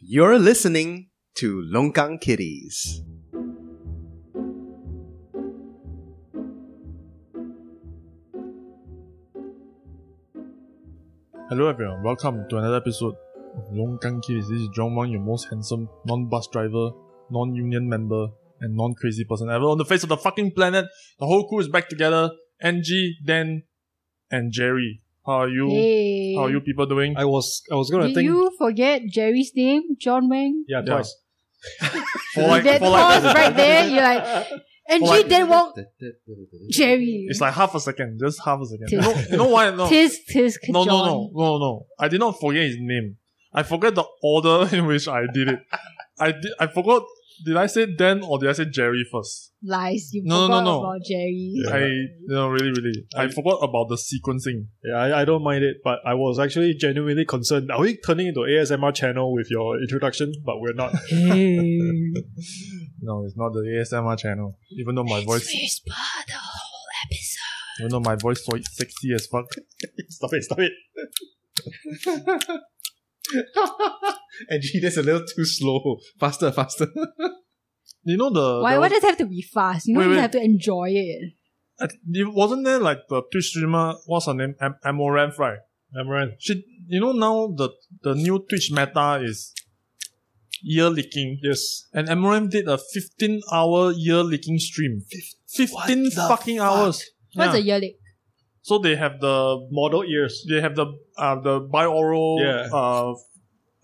You're listening to Longkang Kitties. Hello everyone, welcome to another episode of Longkang Kids. This is John Wang, your most handsome non-bus driver, non-union member, and non-crazy person ever on the face of the fucking planet. The whole crew is back together. Angie, Dan, and Jerry. How are you? Hey. How are you people doing? I was I was gonna Did think you forget Jerry's name, John Wang? yeah Yeah. twice. For like- that for like- pause right there, you're like, and she like- then walk Jerry. It's like half a second, just half a second. Tis- no, you know why? No, tis tis no, no, John. no, no, no. I did not forget his name. I forgot the order in which I did it. I did, I forgot. Did I say Dan or did I say Jerry first? Lies, you No, no, forgot no, no. about Jerry. Yeah. I no, really, really. I, I- forgot about the sequencing. Yeah, I, I don't mind it, but I was actually genuinely concerned. Are we turning into ASMR channel with your introduction? But we're not. No, it's not the ASMR channel. Even though my voice, whisper the whole episode. even though my voice so sexy as fuck. stop it, stop it. And gee, that's a little too slow. Faster, faster. You know the Why? the- Why does it have to be fast? You know Wait, you wait. have to enjoy it. I- it wasn't there like the Twitch streamer? What's her name? Am- Amaranth, right? Amaranth. She, you know now the the new Twitch meta is ear licking, Yes. and Amaranth did a fifteen hour ear licking stream. Fifteen What the fucking fuck? hours. What's Yeah. a yearling? so they have the Model ears. they have the uh, the binaural Yeah. uh,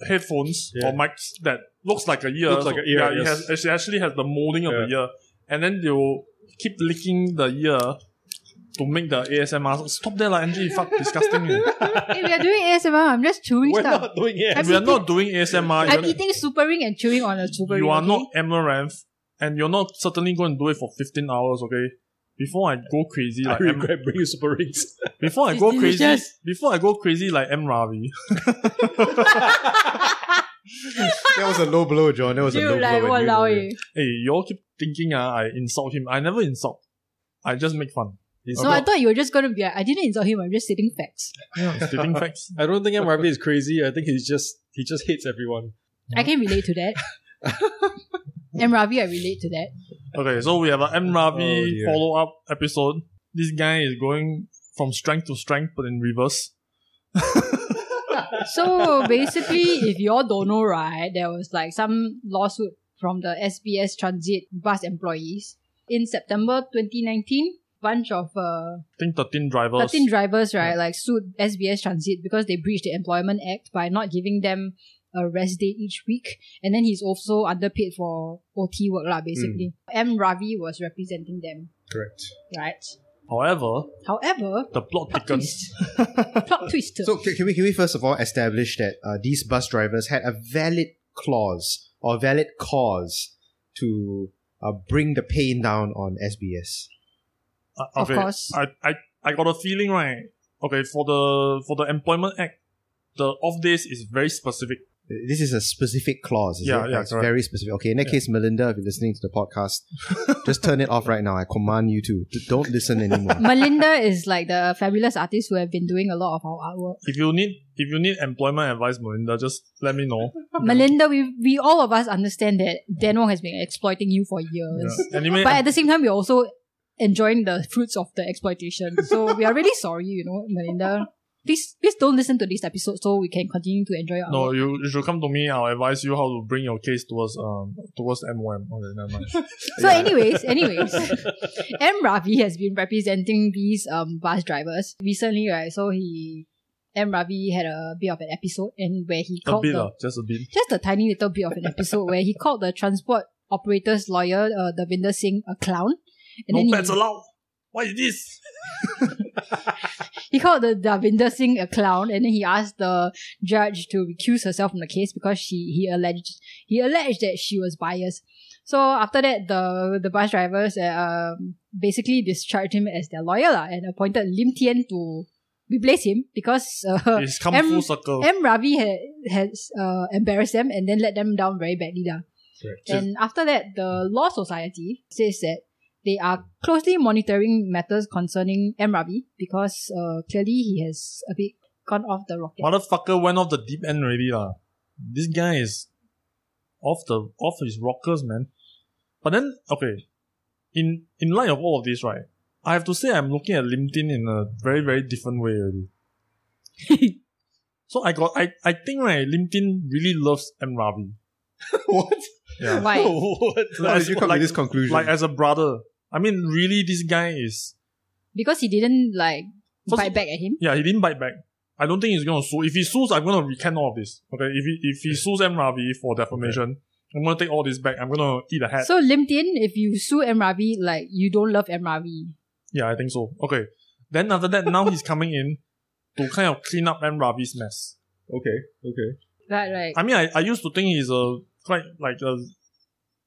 headphones Yeah. or mics that looks like a ear. Looks like So- an ear, Yeah, it, yes. has, it actually has the molding of the ear, and then they will keep licking the ear to make the ASMR. Stop there, like Angie. Fuck, disgusting. you. hey, we are doing ASMR. I'm just chewing We're stuff. not doing it. I'm we are eating- not doing ASMR. I'm You're- eating super ring and chewing on a super ring. you are okay? not Amaranth, and you're not certainly going to do it for fifteen hours. Okay. Before I go crazy, I like Em- regret bringing super rings. before I It's go crazy, delicious. before I go crazy like M Ravi, That was a low blow, John. That was a low Dude, like blow. and you know walao eh. it. hey, you all keep thinking uh, I insult him. I never insult. I just make fun. He's No, I not- thought you were just gonna be like, I didn't insult him. I'm just stating facts. Yeah, stating facts. I don't think MRV is crazy. I think he's just he just hates everyone. I can relate to that. and Ravi, I relate to that. Okay, so we have an M Oh, Ravi dear. follow up episode. This guy is going from strength to strength, but in reverse. So basically, if y'all don't know, right, there was like some lawsuit from the SBS Transit bus employees in September 2019. Bunch of uh, I think thirteen drivers. 13 drivers, right, like sued SBS Transit because they breached the Employment Act by not giving them a rest day each week. And then he's also underpaid for OT work, lah, basically. M. Ravi was representing them, Correct. right? However, However, the plot plot thickens. twist. plot twist. So ca- can we can we first of all establish that uh, these bus drivers had a valid clause or valid cause to uh, bring the pain down on SBS? Uh, Of okay, course. I, I, I got a feeling right. Okay, for the for the employment act, the off days is very specific. This is a specific clause. Is Yeah, it? yeah, It's correct. very specific. Okay, in that Yeah. case, Melinda, if you're listening to the podcast, just turn it off right now. I command you to. D- don't listen anymore. Melinda is like the fabulous artist who have been doing a lot of our artwork. If you need if you need employment advice, Melinda, just let me know. Melinda, we we all of us understand that Dan Wong has been exploiting you for years. Anyway, But at the same time, we're also enjoying the fruits of the exploitation. So we are really sorry, you know, Melinda. Please, please don't listen to this episode so we can continue to enjoy our No, you, you should come to me. I'll advise you how to bring your case towards um towards MOM. Okay, never mind. So, anyways, anyways, M Ravi has been representing these um bus drivers recently, right? So he, M Ravi had a bit of an episode and where he a called bit, the, uh, just a bit. just a tiny little bit of an episode where he called the transport operator's lawyer, uh, Davinder Singh, a clown. And no then pets allowed. What is this? he, he called the Davinder Singh a clown, and then he asked the judge to recuse herself from the case because she he alleged he alleged that she was biased. So after that, the the bus drivers uh, um, basically discharged him as their lawyer lah, and appointed Lim Tien to replace him because uh, It's come M- full circle. M Ravi had, has uh, embarrassed them and then let them down very badly down. And after that, the Law Society says that they are closely monitoring matters concerning M. Ravi because uh, clearly he has a bit gone off the rocket. Motherfucker went off the deep end already, lah. This guy is off the off his rockers, man. But then, okay, in in light of all of this, right, I have to say I'm looking at LinkedIn in a very very different way already. So I got I I think right, LinkedIn really loves M Ravi. what? Yeah. Why? what? How did you come like, to this conclusion? like as a brother. I mean, really, this guy is Because he didn't like First- bite back at him. Yeah, he didn't bite back. I don't think he's gonna sue. If he sues, I'm gonna recant all of this. Okay, if he if he sues M Ravi for defamation, I'm gonna take all this back. I'm gonna eat a hat. So LinkedIn, if you sue M Ravi, like you don't love M Ravi. yeah, I think so. Okay, then after that, now he's coming in to kind of clean up M Ravi's mess. Okay, okay. Right, right. I mean, I, I used to think he's a quite like a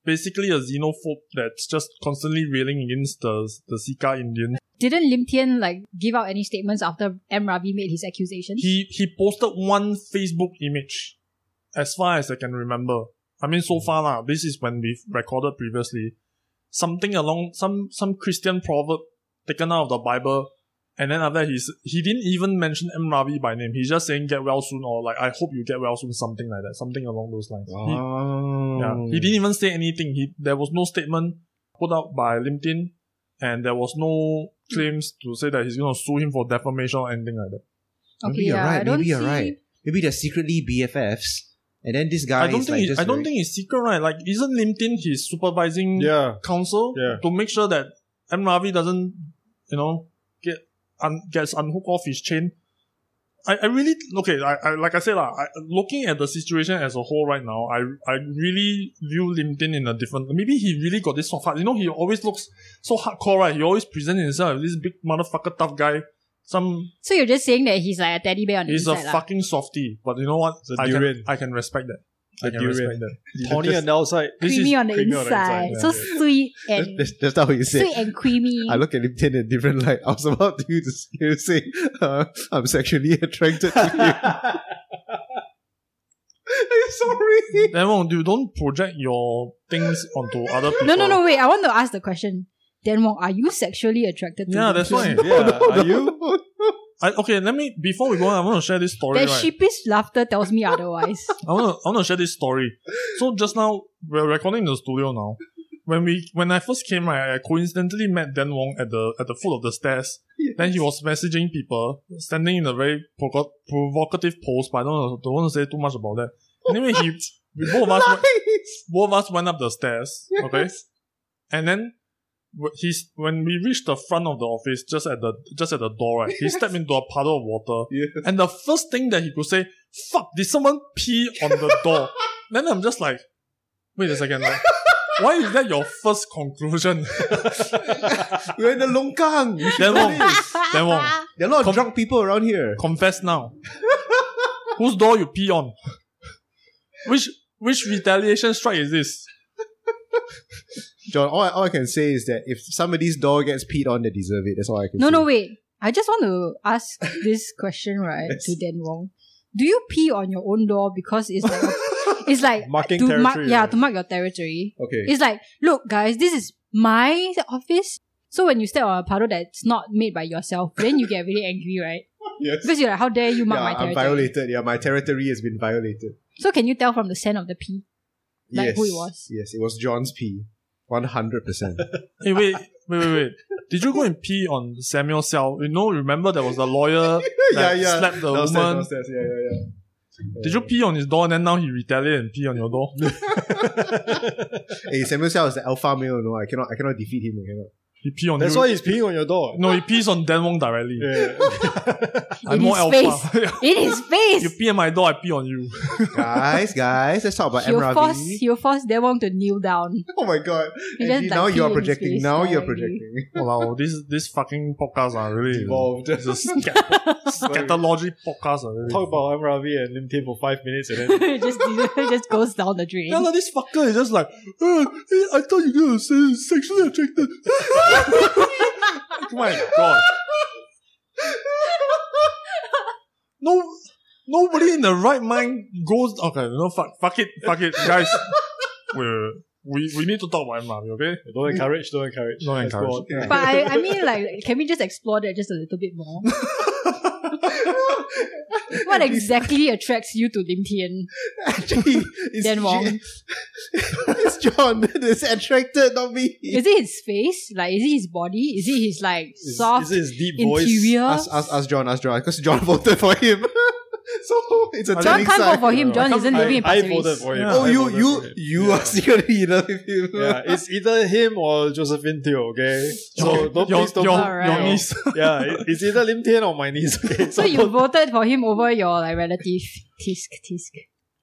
basically a xenophobe that's just constantly railing against the the Sika Indian. Didn't Lim Tian like give out any statements after M Ravi made his accusations? He he posted one Facebook image, as far as I can remember. I mean, so far lah. This is when we recorded previously. Something along some some Christian proverb taken out of the Bible, and then after that he's he didn't even mention M Ravi by name. He's just saying get well soon or like I hope you get well soon, something like that, something along those lines. He- Wow. yeah. He didn't even say anything. He there was no statement put out by LinkedIn and there was no claims to say that he's gonna sue him for defamation or anything like that. maybe you're right, I don't maybe you're see- right. Maybe they're secretly BFFs, and then this guy I don't is think like it- just I don't very- think it's secret, right? Like isn't LinkedIn his Mm. supervising Yeah. counsel Yeah. to make sure that M Ravi doesn't, you know, get un, gets unhooked off his chain. I, I really okay. I, I like I said lah. I, looking at the situation as a whole right now, I I really view LinkedIn in a different. Maybe he really got this soft heart. You know, he always looks so hardcore, right? He always presents himself as this big motherfucker tough guy. Some So you're just saying that he's like a teddy bear on the he's a inside, lah. fucking softy, but you know what? It's a I can, durian. I can respect that. I It's a can respect durian. that. Tawny on the outside. This is creamy on the creamy on the inside, inside, so yeah, yeah. sweet That's, and that's, that's not what you said. sweet and creamy. I look at him in a different light. I was about to, to, to say, uh, I'm sexually attracted to you. Sorry. Then Wong, you don't project your things onto other people. no, no, no. Wait, I want to ask the question. Dan Wong, are you sexually attracted to? Yeah, Lim that's Tian? why. Yeah. Are you? I, okay, let me before we go on, I want to share this story. That right? sheepish laughter tells me otherwise. I want to I want to share this story. So just now we're recording in the studio now. When we when I first came, right, I coincidentally met Dan Wong at the at the foot of the stairs. Then he was messaging people, standing in a very provo- provocative pose. But I don't don't want to say too much about that. Anyway, he we both of us went, Nice. both of us went up the stairs. Okay, Yes. and then wh- he's when we reached the front of the office, just at the just at the door, right, he stepped into a puddle of water. Yes. And the first thing that he could say, fuck, did someone pee on the door? then I'm just like, wait a second, like, why is that your first conclusion? We're in the Longkang. You should Then know Wong. this. Then Wong, There are a lot of Com- drunk people around here. confess now. Whose door you pee on? Which which retaliation strike is this? John, all I, all I can say is that if somebody's dog gets peed on, they deserve it. That's all I can no, say. no, wait. I just want to ask this question, right, Yes. to Dan Wong. Do you pee on your own door because it's like a- it's like Marking to mark territory, yeah right? to mark your territory. Okay. It's like look, guys, this is my office. So when you step on a puddle that's not made by yourself, then you get really angry, right? yes. Because you're like, how dare you mark yeah, my territory? I'm violated. Yeah, my territory has been violated. So can you tell from the scent of the pee? Like yes. who it was? Yes, it was John's pee. 100%. Hey, wait, wait, wait, wait. Did you go and pee on Samuel Xiao? You know, remember there was a lawyer yeah, that yeah. slapped the downstairs, woman. downstairs. Yeah, yeah, yeah. Did you pee on his door and then now he retaliated and pee on your door? Hey, Samuel Xiao is the alpha male. No, I cannot. I cannot defeat him. I cannot. He pee on That's you. why he's peeing on your door. No, he pees on Dan Wong directly. Yeah. I'm In more his alpha. In his you face. pee on my door, I pee on you. guys, guys, let's talk about He'll Emravi. force he'll force Dan Wong to kneel down. Oh my god! He And just, you- like, now pee you are in his projecting. face Now you're directly. projecting. wow, this this fucking podcast are really Evolved. It's a scat- scatology podcast are really. Talk about M Ravi and Lim Tin for five minutes and then just just goes down the drain. Yeah, lah, this fucker is just like, "Uh, hey, I thought you were gonna say sexually attracted. my god. No, nobody in the right mind goes. Okay, no, fuck, fuck it, fuck it, guys. we we we need to talk about MRV, okay? don't encourage, don't encourage. Don't Let's go encourage. on. Yeah. But I, I mean, like, can we just explore that just a little bit more? What exactly attracts you to Lim Tian? Actually, it's Then Wong. J- it's John that is attracted, not me. Is it his face? Like, is it his body? Is it his like Is, soft is it his deep voice? interior? Ask, ask, ask John, ask John, because John voted for him. so it's a John John turning can't side. vote for him. No, John I isn't can't- living in I, I Pasir voted Ris. for him. Yeah. Oh, I you, voted you, for him. you Yeah. are secretly in love with him. yeah, it's either him or Josephine Teo, okay? So don't your, please don't your, Alright. your niece. Yeah, it- it's either Lim Tian or my niece, okay? So you voted for him over your like relative tisk tisk.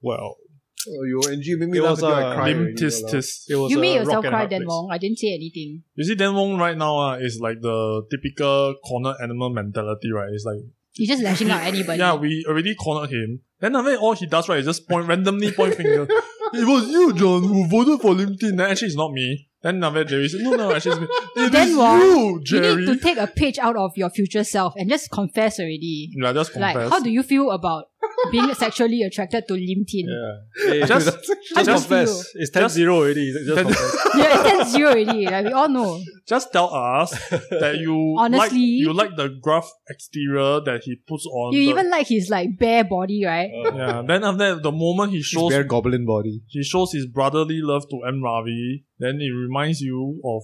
well, oh, you and you make me It laugh was, until uh, I cry. Lim already, tis walao. tis. it was You a made rock yourself and cry, hard Dan place. Wong. I didn't say anything. You see, Dan Wong right now uh, is like the typical corner animal mentality, right? It's like, You're just lashing out at anybody. yeah, we already cornered him. Then after that, all he does, right, is just point randomly point finger. It was you, John, who voted for Lim Tin. Then actually, it's not me. Then after that, Jerry said, no, no, actually, it's me. It Dan is Wong, you, you need to Jerry. take a page out of your future self and just confess already. Yeah, just confess. Like, how do you feel about being sexually attracted to Lim Tin? Yeah. Hey, Just- just, I just just confess. It's 10 0 already. Just Ten- confess. Yeah, it's 10 already. Like, we all know. just tell us that you like Honestly. you like the gruff exterior that he puts on. You the- even like his like bare body, right? yeah. Then after that, the moment he His shows bare goblin body. he shows his brotherly love to M Ravi, then it reminds you of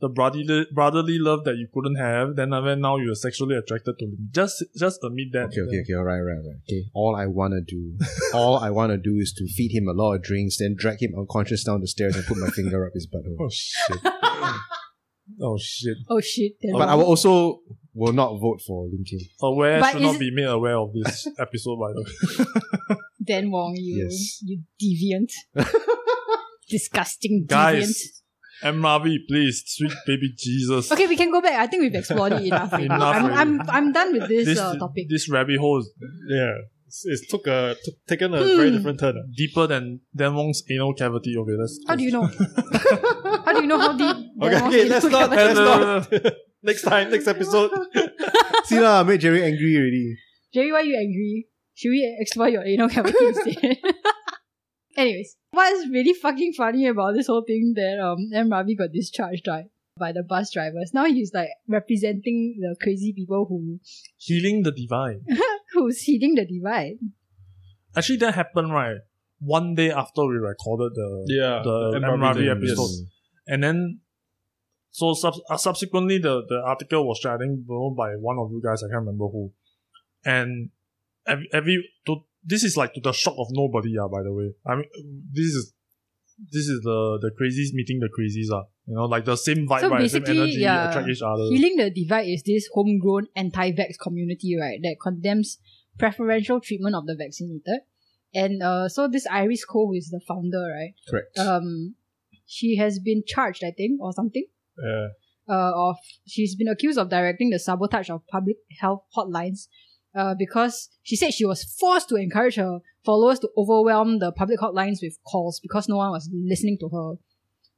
the brotherly brotherly love that you couldn't have. Then after that, now you're sexually attracted to him. Just just admit that. Okay, okay, okay, alright, right, right. Okay. All I wanna do all I wanna do is to feed him a lot of drinks, then drag him unconscious down the stairs and put my finger up his butthole. Oh shit. oh shit. Oh shit. then But I wrong. will also will not vote for Lim Kim. Aware But should is not it- be made aware of this episode by the way. Dan Wong, you Yes. you deviant. Disgusting Guys. M Ravi, please, sweet baby Jesus. deviant. Okay, we can go back. I think we've explored it enough. already. Enough I'm, already. I'm I'm done with this, This, uh, topic. this rabbit hole is yeah. It's, it's took a, took, taken a very Hmm. different turn. deeper than Dan Wong's anal cavity. Okay, let's. How do you know? how do you know how deep? Dan Okay, Wong okay is? let's not. No, Let's no, no, not. next time, next episode. See lah, I made Jerry angry already. Jerry, why are you angry? Should we explore your anal cavity instead? Anyways, what is really fucking funny about this whole thing that um M Ravi got discharged right by the bus drivers. Now he's like representing the crazy people who Healing the divine. who's heeding the divide. Actually, that happened right one day after we recorded the yeah. the MRV MRV thing, yes. episode. And then, so sub- uh, subsequently, the, the article was shared, I think, you know, by one of you guys, I can't remember who. And every, every to, this is like to the shock of nobody, yeah, by the way. I mean, this is this is the the crazies meeting the crazies, ah. You know, like the same vibe, So right? Same basically, energy, yeah, attract each other. Healing the divide is this homegrown anti-vax community, right, that condemns preferential treatment of the vaccinated. And uh, so this Iris Cole, who is the founder, right, Correct. um, she has been charged, I think, or something. Yeah. uh, of she's been accused of directing the sabotage of public health hotlines uh, because she said she was forced to encourage her followers to overwhelm the public hotlines with calls because no one was listening to her.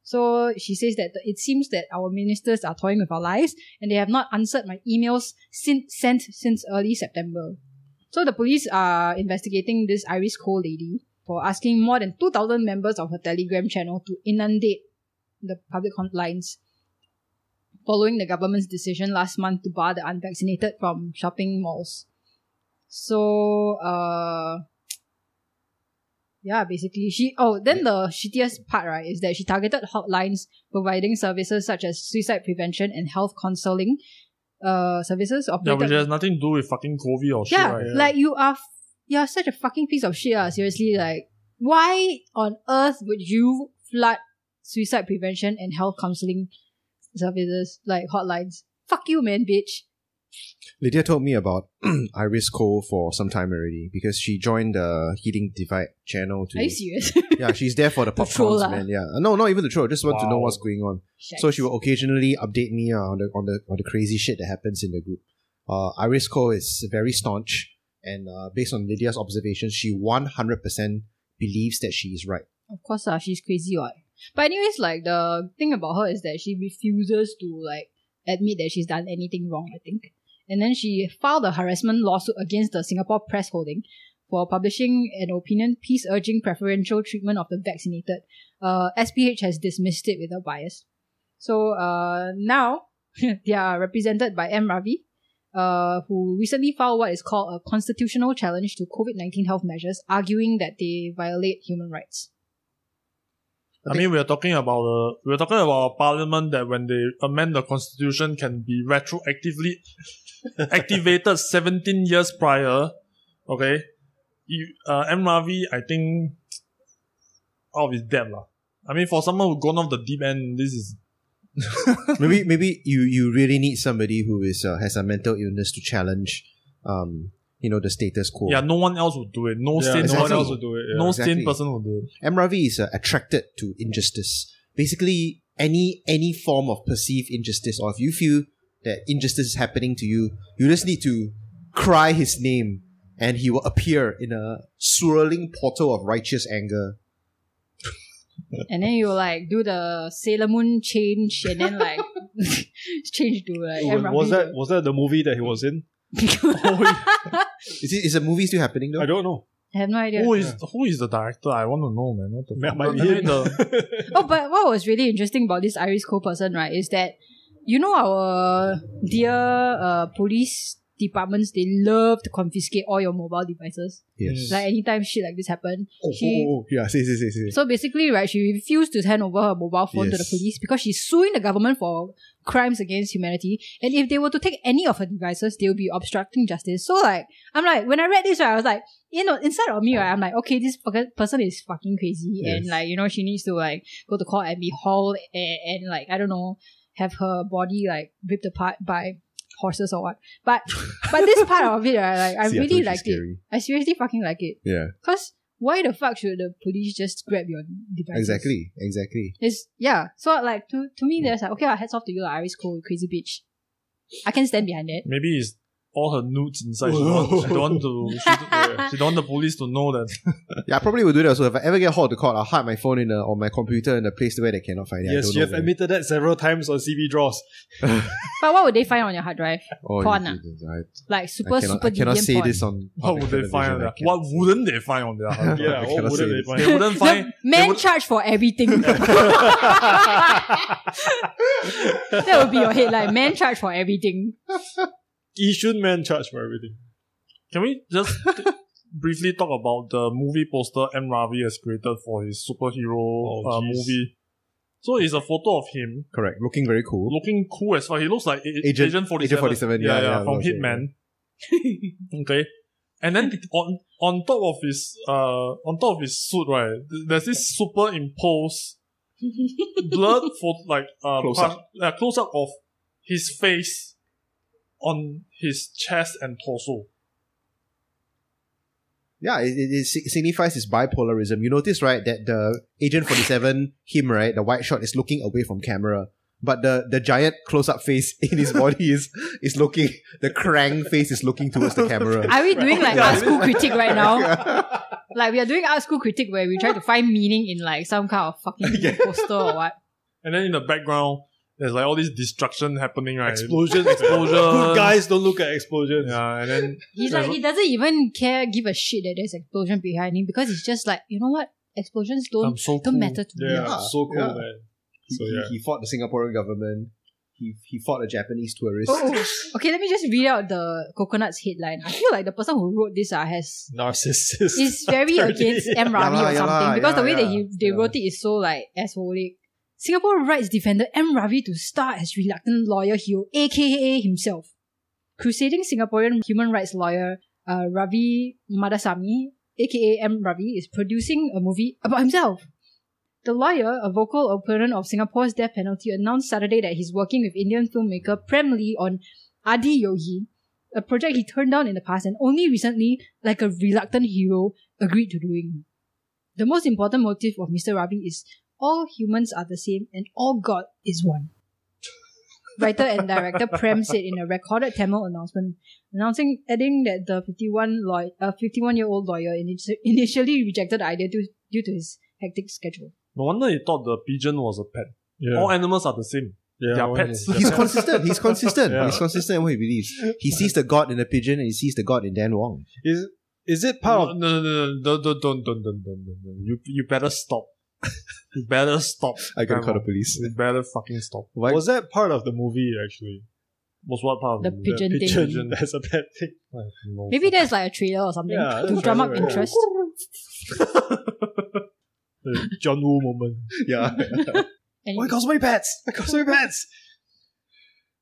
So she says that it seems that our ministers are toying with our lives and they have not answered my emails since, sent since early September. So the police are investigating this Iris Cole lady for asking more than 2,000 members of her Telegram channel to inundate the public hotlines following the government's decision last month to bar the unvaccinated from shopping malls. So, uh, yeah, basically, she. Oh, then the shittiest part, right, is that she targeted hotlines providing services such as suicide prevention and health counseling uh, services. yeah, operated which has nothing to do with fucking COVID or shit, yeah, right? like you are, f- you are such a fucking piece of shit. Ah, seriously, like why on earth would you flood suicide prevention and health counseling services like hotlines? Fuck you, man, bitch. Lydia told me about Iris Cole for some time already because she joined the Healing Divide channel Are you to serious? Yeah, she's there for the pop troll ah. cons, lah. man. Yeah. Uh, No, not even the troll, just want to know Wow. what's going on. So she Shite. will occasionally update me uh, on the on the on the crazy shit that happens in the group. Uh, Iris Cole is very staunch, and uh, based on Lydia's observations, she one hundred percent believes that she is right. Of course, uh, she's crazy, right? But anyways, like the thing about her is that she refuses to like admit that she's done anything wrong. I think, and then she filed a harassment lawsuit against the Singapore Press Holding for publishing an opinion piece urging preferential treatment of the vaccinated. Uh, SPH has dismissed it without bias. So uh, now they are represented by M Ravi, uh, who recently filed what is called a constitutional challenge to COVID 19 health measures, arguing that they violate human rights. I mean, we're talking about a, we're talking about a parliament that when they amend the constitution can be retroactively activated 17 years prior. Okay. You, uh, M. Ravi, I think, out of his depth. lah. I mean, for someone who gone off the deep end, this is, maybe maybe you you really need somebody who is uh, has a mental illness to challenge, um, you know, the status quo. yeah, no one else would do it. No Oh. yeah, sane no one exactly. person else would will do it. no yeah. exactly. sane person will do it. M. Ravi is uh, attracted to injustice. Basically, any any form of perceived injustice, or if you feel that injustice is happening to you, you just need to cry his name, and he will appear in a swirling portal of righteous anger. And then you like do the Sailor Moon change and then like change to like M. Oh, Ravi. was that was that the movie that he was in? Is it is the movie still happening though? I don't know. I have no idea. Who is, who is the director? I want to know, man. What the Might- fuck? might be Anyway, him. the, oh, but what was really interesting about this Iris Co person, right, is that you know our dear uh, police departments, they love to confiscate all your mobile devices. yes. Like anytime shit like this happened. oh, she- oh, oh, yeah. Say say say say. So basically, right, she refused to hand over her mobile phone to the Yes. police because she's suing the government for crimes against humanity. And if they were to take any of her devices, they'll be obstructing justice. So like, I'm like, when I read this, right, I was like, you know, inside of me, right, I'm like, okay, this fucking person is fucking crazy, and Yes. like, you know, she needs to like go to court and be hauled and, and like, I don't know, have her body like ripped apart by horses or what. But but this part of it, right, like, I See, really told you liked it. scary. I seriously fucking like it. Yeah. Cause why the fuck should the police just grab your device? Exactly. Exactly. It's yeah. So like to to me, there's like okay, I heads off to you, like, Iris Cole, you crazy bitch. I can stand behind that. maybe it's all her nudes inside. She don't, want- she don't want to, she don't, she don't want the police to know that Yeah, I probably would do that. So if I ever get hauled to court, I'll hide my phone in a, or my computer in a place where they cannot find it. I yes, don't you know have where. admitted that several times on CB draws. But what would they find on your hard drive? Oh, you Porn did ah. this. I, Like super I cannot, super I cannot deviant say porn. this on. What would public they find on television. I that? can't. What wouldn't they find on their hard Yeah, drive? Yeah, I what cannot say wouldn't they this. find? They wouldn't The find. man they would- charged for everything. that would be your headline. Man charged for everything. Yishun man charged for everything. Can we just t- briefly talk about the movie poster M Ravi has created for his superhero Oh, uh, jeez. movie? So it's a photo of him Correct. Looking very cool. looking cool as fuck. He looks like A- A- Agent- Agent, Agent 47. 47, yeah, yeah, from okay, Hitman. okay. And then on on top of his uh on top of his suit, right, th- there's this superimposed blurred for like uh Close par- uh, close up of his face on his chest and torso. Yeah, it, it, it sig- signifies his bipolarism. You notice, right, that the Agent 47, him, right, the white shot is looking away from camera. But the, the giant close up face in his body is is looking, the crank face is looking towards the camera. Are we doing like Yeah. art school critique right now? like we are doing art school critique where we try to find meaning in like some kind of fucking Yeah. poster or what. And then in the background, there's like all this destruction happening, right? Explosions, Explosions. Good guys don't look at explosions. Yeah, and then He's Yeah, like but- he doesn't even care, give a shit that there's explosion behind him because he's just like you know what explosions don't I'm so don't cool. matter to Yeah, me. Yeah, so cool, yeah. man. He, So, yeah. he, he fought the Singaporean government. He, he fought a Japanese tourist. Oh, oh. okay, let me just read out the coconuts headline. I feel like the person who wrote this uh, has Narcissist. is very against M Ravi Yeah lah, or yeah something lah, because the way yeah, that he they yeah. wrote it is so like assholic. Singapore rights defender M Ravi to star as reluctant lawyer Hugh, aka himself. Crusading Singaporean human rights lawyer uh, Ravi Madasamy, aka M Ravi, is producing a movie about himself. The lawyer, a vocal opponent of Singapore's death penalty, announced Saturday that he's working with Indian filmmaker Prem Lee on Adi Yogi, a project he turned down in the past and only recently, like a reluctant hero, agreed to doing. The most important motive of Mr. Ravi is all humans are the same and all God is one. Writer and director Prem said in a recorded Tamil announcement, announcing adding that the 51 law, uh, 51 year old lawyer initi- initially rejected the idea due, due to his hectic schedule. No wonder he thought the pigeon was a pet. Yeah. All animals are the same. yeah, they are all pets. animals. He's consistent. He's consistent. Yeah. He's consistent in what he believes. He sees the God in the pigeon and he sees the God in Dan Wong. Is, is it part of. No, no, no, no, don't, don't, don't, don't, don't, don't, don't. You, you better stop. you better stop. I gotta Come call the on. police. You better fucking stop. Why? Was that part of the movie, actually? was what part of The movie? pigeon thing. Pigeon as a pet thing. I have no Maybe there's like a trailer or something Yeah, to that's drum right, up right. interest. The John Woo moment. Yeah. And Oh, I got so many pets. I got so many pets.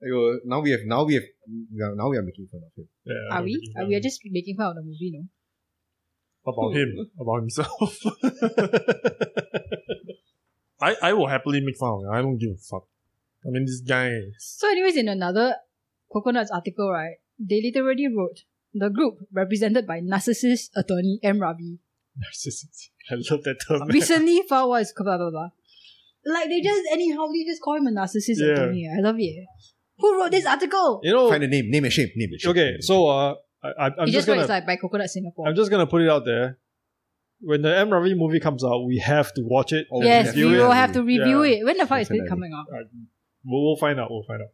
I go, now we have now we have we are- now we are making fun of him. Yeah, are we? Are we are just making fun of the movie, no? about him, about himself. I, I will happily make fun of him. I don't give a fuck. I mean, this guy. is- So, anyways, in another Coconuts article, right, they literally wrote the group represented by narcissist attorney M. Ravi narcissist. I love that term. recently found what is blah blah blah. Like they just anyhow they just call him a narcissist Yeah. attorney. I love it. Who wrote this article? You know, Find a name, name and shame, name and shame. okay, so uh, I, I, I'm it just just gonna writes like by Coconut Singapore. I'm just gonna put it out there. When the M Ravi movie comes out, we have to watch it. Oh, yes, we review will it. have to review Yeah. it. When the fuck is it Definitely. coming out? We'll, we'll find out. We'll find out.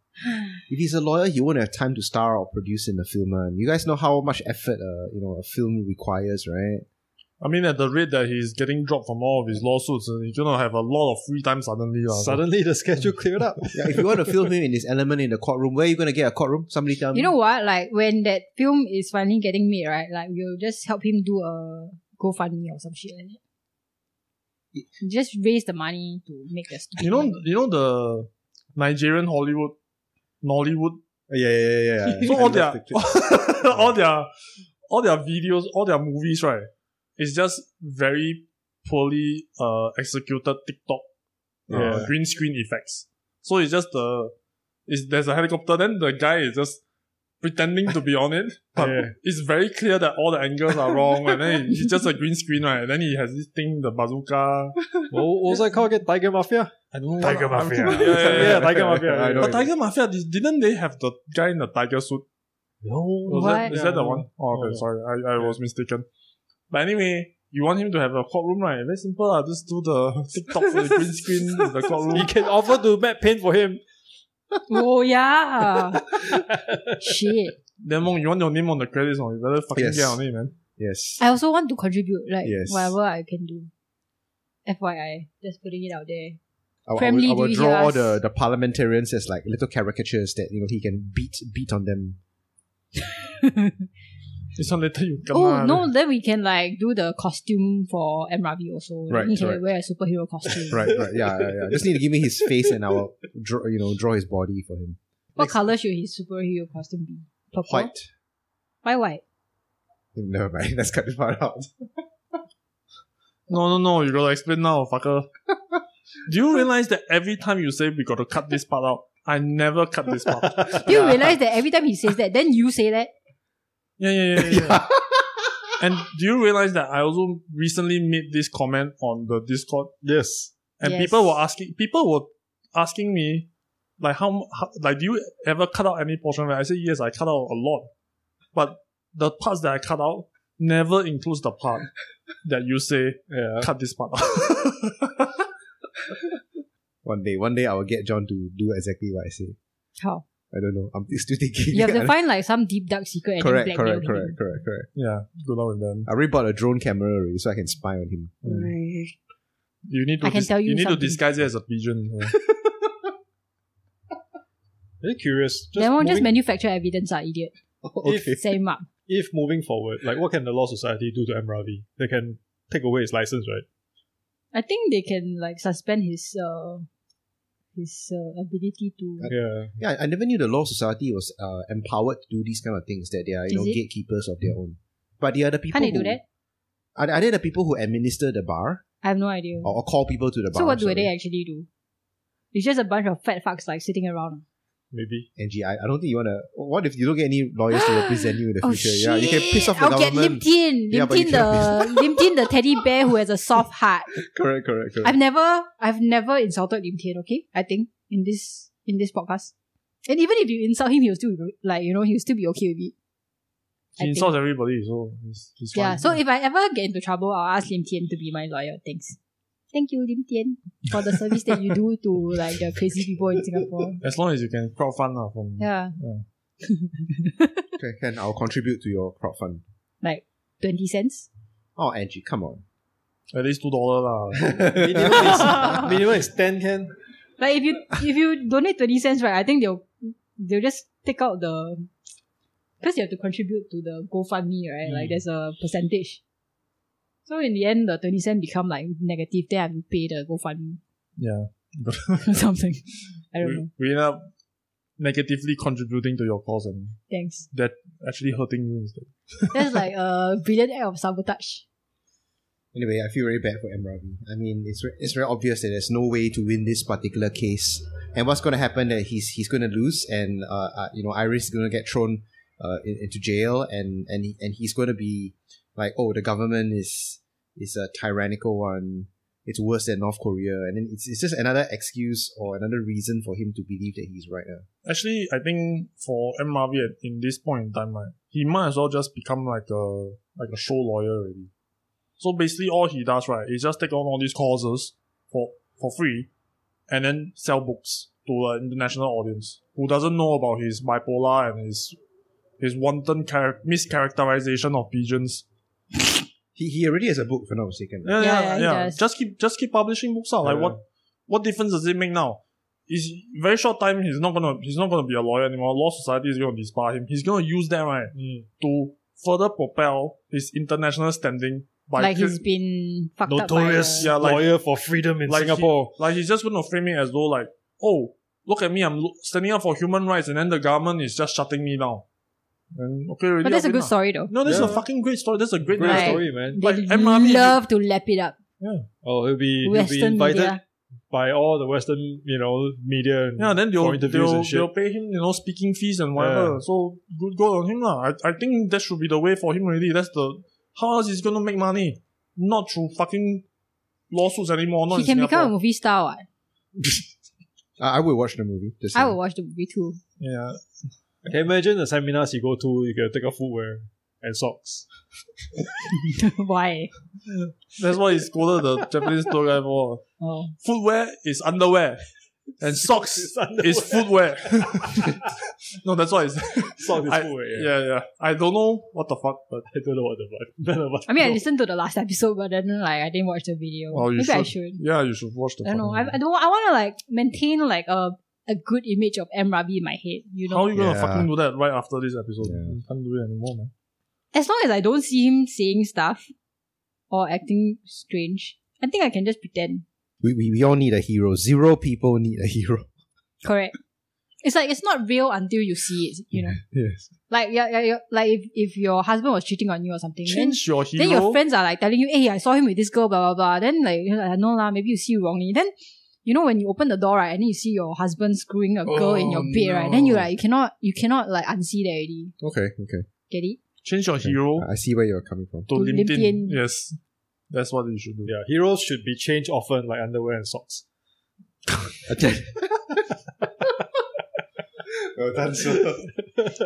If he's a lawyer, he won't have time to star or produce in a film. Man. You guys know how much effort uh, you know a film requires, right? I mean, at the rate that he's getting dropped from all of his lawsuits, uh, he's gonna have a lot of free time suddenly. uh, lah. Suddenly, the schedule cleared up. Yeah, if you want to film him in his element in the courtroom, where are you gonna get a courtroom? Somebody tell me. You know what? Like when that film is finally getting made, right? Like we'll just help him do a GoFundMe or some shit like that. Just raise the money to make the you know, you know the Nigerian Hollywood, Nollywood. Yeah, yeah, yeah, yeah, yeah. So Oh. all I love their, the- all their, all their videos, all their movies, right? It's just very poorly uh, executed TikTok uh, Yeah. green screen effects. So it's just the, it's, there's a helicopter, then the guy is just pretending to be on it, but Yeah. it's very clear that all the angles are wrong, and then it's just a green screen, right? And then he has this thing, the bazooka. what, what was I called again? Tiger Mafia. I don't know. Tiger Mafia. yeah, yeah, yeah, Tiger Mafia. I know But it. Tiger Mafia, did- didn't they have the guy in the tiger suit? No, Was that, is that the one? Oh, No, no. okay, sorry, I, I was mistaken. But anyway, you want him to have a courtroom, right? Very simple, uh, just do the TikTok with the green screen in the You courtroom. can offer to Matt Payne for him. Oh yeah. shit. Then Mong, you want your name on the credits, or you better fucking Yes. get on it, man. yes. I also want to contribute, like Yes. whatever I can do. FYI, just putting it out there. I, will- I Family, will, I do will you draw hear all us? the, the parliamentarians as like little caricatures that you know he can beat beat on them. This one later you come oh no, then we can like do the costume for M Ravi also. Right, He can right. wear a superhero costume. Right, right, yeah, yeah, yeah. Just need to give me his face and I will draw you know draw his body for him. What Next- color should his superhero costume be? Purple. White. Why white? Never mind. Let's cut the part out. No, no, no, you gotta explain now, fucker. do you realize that every time you say we gotta cut this part out, I never cut this part out? Do you realize that every time he says that, then you say that? Yeah, yeah, yeah, yeah. yeah. And do you realize that I also recently made this comment on the Discord Yes. and Yes. people were asking people were asking me like how, mu- how like do you ever cut out any portion of it? I said yes I cut out a lot but the parts that I cut out never includes the part that you say Yeah. cut this part out One day, one day I will get John to do exactly what I say. How? I don't know. I'm still thinking. You have to find like some deep dark secret and correct, then blackmail correct, correct, correct, correct. yeah good luck with them I already bought a drone camera already, so I can spy on him. him. Mm. you need to I can dis- tell you need to something. disguise it as a pigeon yeah. Very curious. Just Then we'll just moving- manufacture evidence, ah, idiot. Okay. Same up. if moving forward, like what can the Law Society do to M Ravi? They can take away his license, right? I think they can like suspend his uh his uh, ability to Yeah. Yeah, I never knew the Law Society was uh, empowered to do these kind of things. That they are, you Is know, it? gatekeepers of their own. But the other people Can't they who, do that? Are, are they the people who administer the bar I have no idea. or, or call people to Oh, the bar? so what do sorry. they actually do? It's just a bunch of fat fucks like sitting around. Maybe. Angie, I, I don't think you wanna. What if you don't get any lawyers to represent you in the oh future? shit! Yeah, you can piss off the I'll get Lim government. Tin, Lim Yeah, but you Tin the Lim Tin the teddy bear who has a soft heart. correct, correct, correct. I've never I've never insulted Lim Tin. Okay, I think in this in this podcast, and even if you insult him, he'll still be, like you know he'll still be okay with it. I he think. insults everybody so he's, he's Yeah. fine. So if I ever get into trouble, I'll ask Lim Tian to be my lawyer. Thanks. Thank you, Lim Tian, for the service that you do to like the crazy people in Singapore. as long as you can crowdfund uh, from Yeah. Okay, can I'll contribute to your crowd fund. Twenty cents. Oh, Angie, come on. at least two dollar lah. Minimum is, minimum is 10 can. Like if you if you donate twenty cents, right? I think they'll they'll just take out the because you have to contribute to the GoFundMe, right? Mm. Like there's a percentage. So in the end, the twenty cent become like negative. Then I have to pay the GoFundMe Yeah. or something. I don't know. we, we end up negatively contributing to your cause and Thanks. actually hurting you instead. That's like a brilliant act of sabotage. Anyway, I feel very bad for M. Ravi. I mean, it's ve- it's very obvious that there's no way to win this particular case, and what's going to happen that he's he's going to lose, and uh, uh, you know, Iris is going to get thrown uh, in, into jail, and and he, and he's going to be like, oh, the government is is a tyrannical one. It's worse than North Korea, and then it's it's just another excuse or another reason for him to believe that he's right. Uh. Actually, I think for M. Ravi at, in this point in time, like, he might as well just become like a like a show lawyer already. So basically, all he does right is just take on all these causes for for free, and then sell books to an international audience who doesn't know about his bipolar and his his wanton char- mischaracterization of pigeons. He he already has a book, if I'm not mistaken. Yeah, Yeah, yeah, yeah, yeah. he does. Just keep just keep publishing books out. Like Yeah. what what difference does it make now? Is very short time he's not gonna he's not gonna be a lawyer anymore. Law society is gonna disbar him. He's gonna use that right Mm. to further propel his international standing by like cre- he's been fucked Notorious Yeah, up like- lawyer for freedom in like he- Singapore. like he's just gonna frame it as though like oh look at me I'm lo- standing up for human rights and then the government is just shutting me down. And okay, by. already But that's a I've good been- story though. No, that's Yeah. a fucking great story. That's a great, Great Like- story, man. They Like, MRB love to lap it up. Oh, he'll be, he'll be Western invited media. by all the Western, you know, media. And Yeah, then for they'll, interviews they'll, and shit. they'll pay him, you know, speaking fees and whatever. Yeah. So good goal on him lah. I, I think that should be the way for him really. That's the how else he's gonna make money? Not through fucking lawsuits anymore. Not He in can Singapore. become a movie star. What? I, I would watch the movie. Just I saying. will watch the movie too. yeah. Can you imagine the seminars you go to, you gotta take out footwear and socks. Why? That's why he scolded the Japanese tour guy for. Oh. Footwear is underwear. And socks is footwear. no, that's why it's Socks is I- footwear. Yeah. yeah, yeah. I don't know what the fuck, but I don't know what the fuck. None of us. I mean, I know. listened to the last episode, but then like I didn't watch the video. Oh, you Maybe I should. should. yeah, you should watch the. I don't know. I, fucking- I don't. I want to like maintain like a a good image of M Ravi in my head. You know, How are you gonna Yeah. fucking do that right after this episode? Yeah. You can't do it anymore, man. as long as I don't see him saying stuff or acting strange, I think I can just pretend. we, we we all need a hero. Zero people need a hero. Correct. It's like it's not real until you see it. You know, Yes. like yeah, yeah, yeah like if if your husband was cheating on you or something, then Change your hero. Then your friends are like telling you, hey, I saw him with this girl, blah, blah, blah. Then, like, you're like, no, lah, maybe you see wrongly. Then, you know, when you open the door, right, and then you see your husband screwing a girl in your Oh, bed, right, then you no. like, you cannot, you cannot, like, unsee that already. Okay. Okay. Get it? change your hero I see where you're coming from. to To Lim Lim Tin. Tin. Yes, that's what you should do. yeah, heroes should be changed often, like underwear and socks. well done,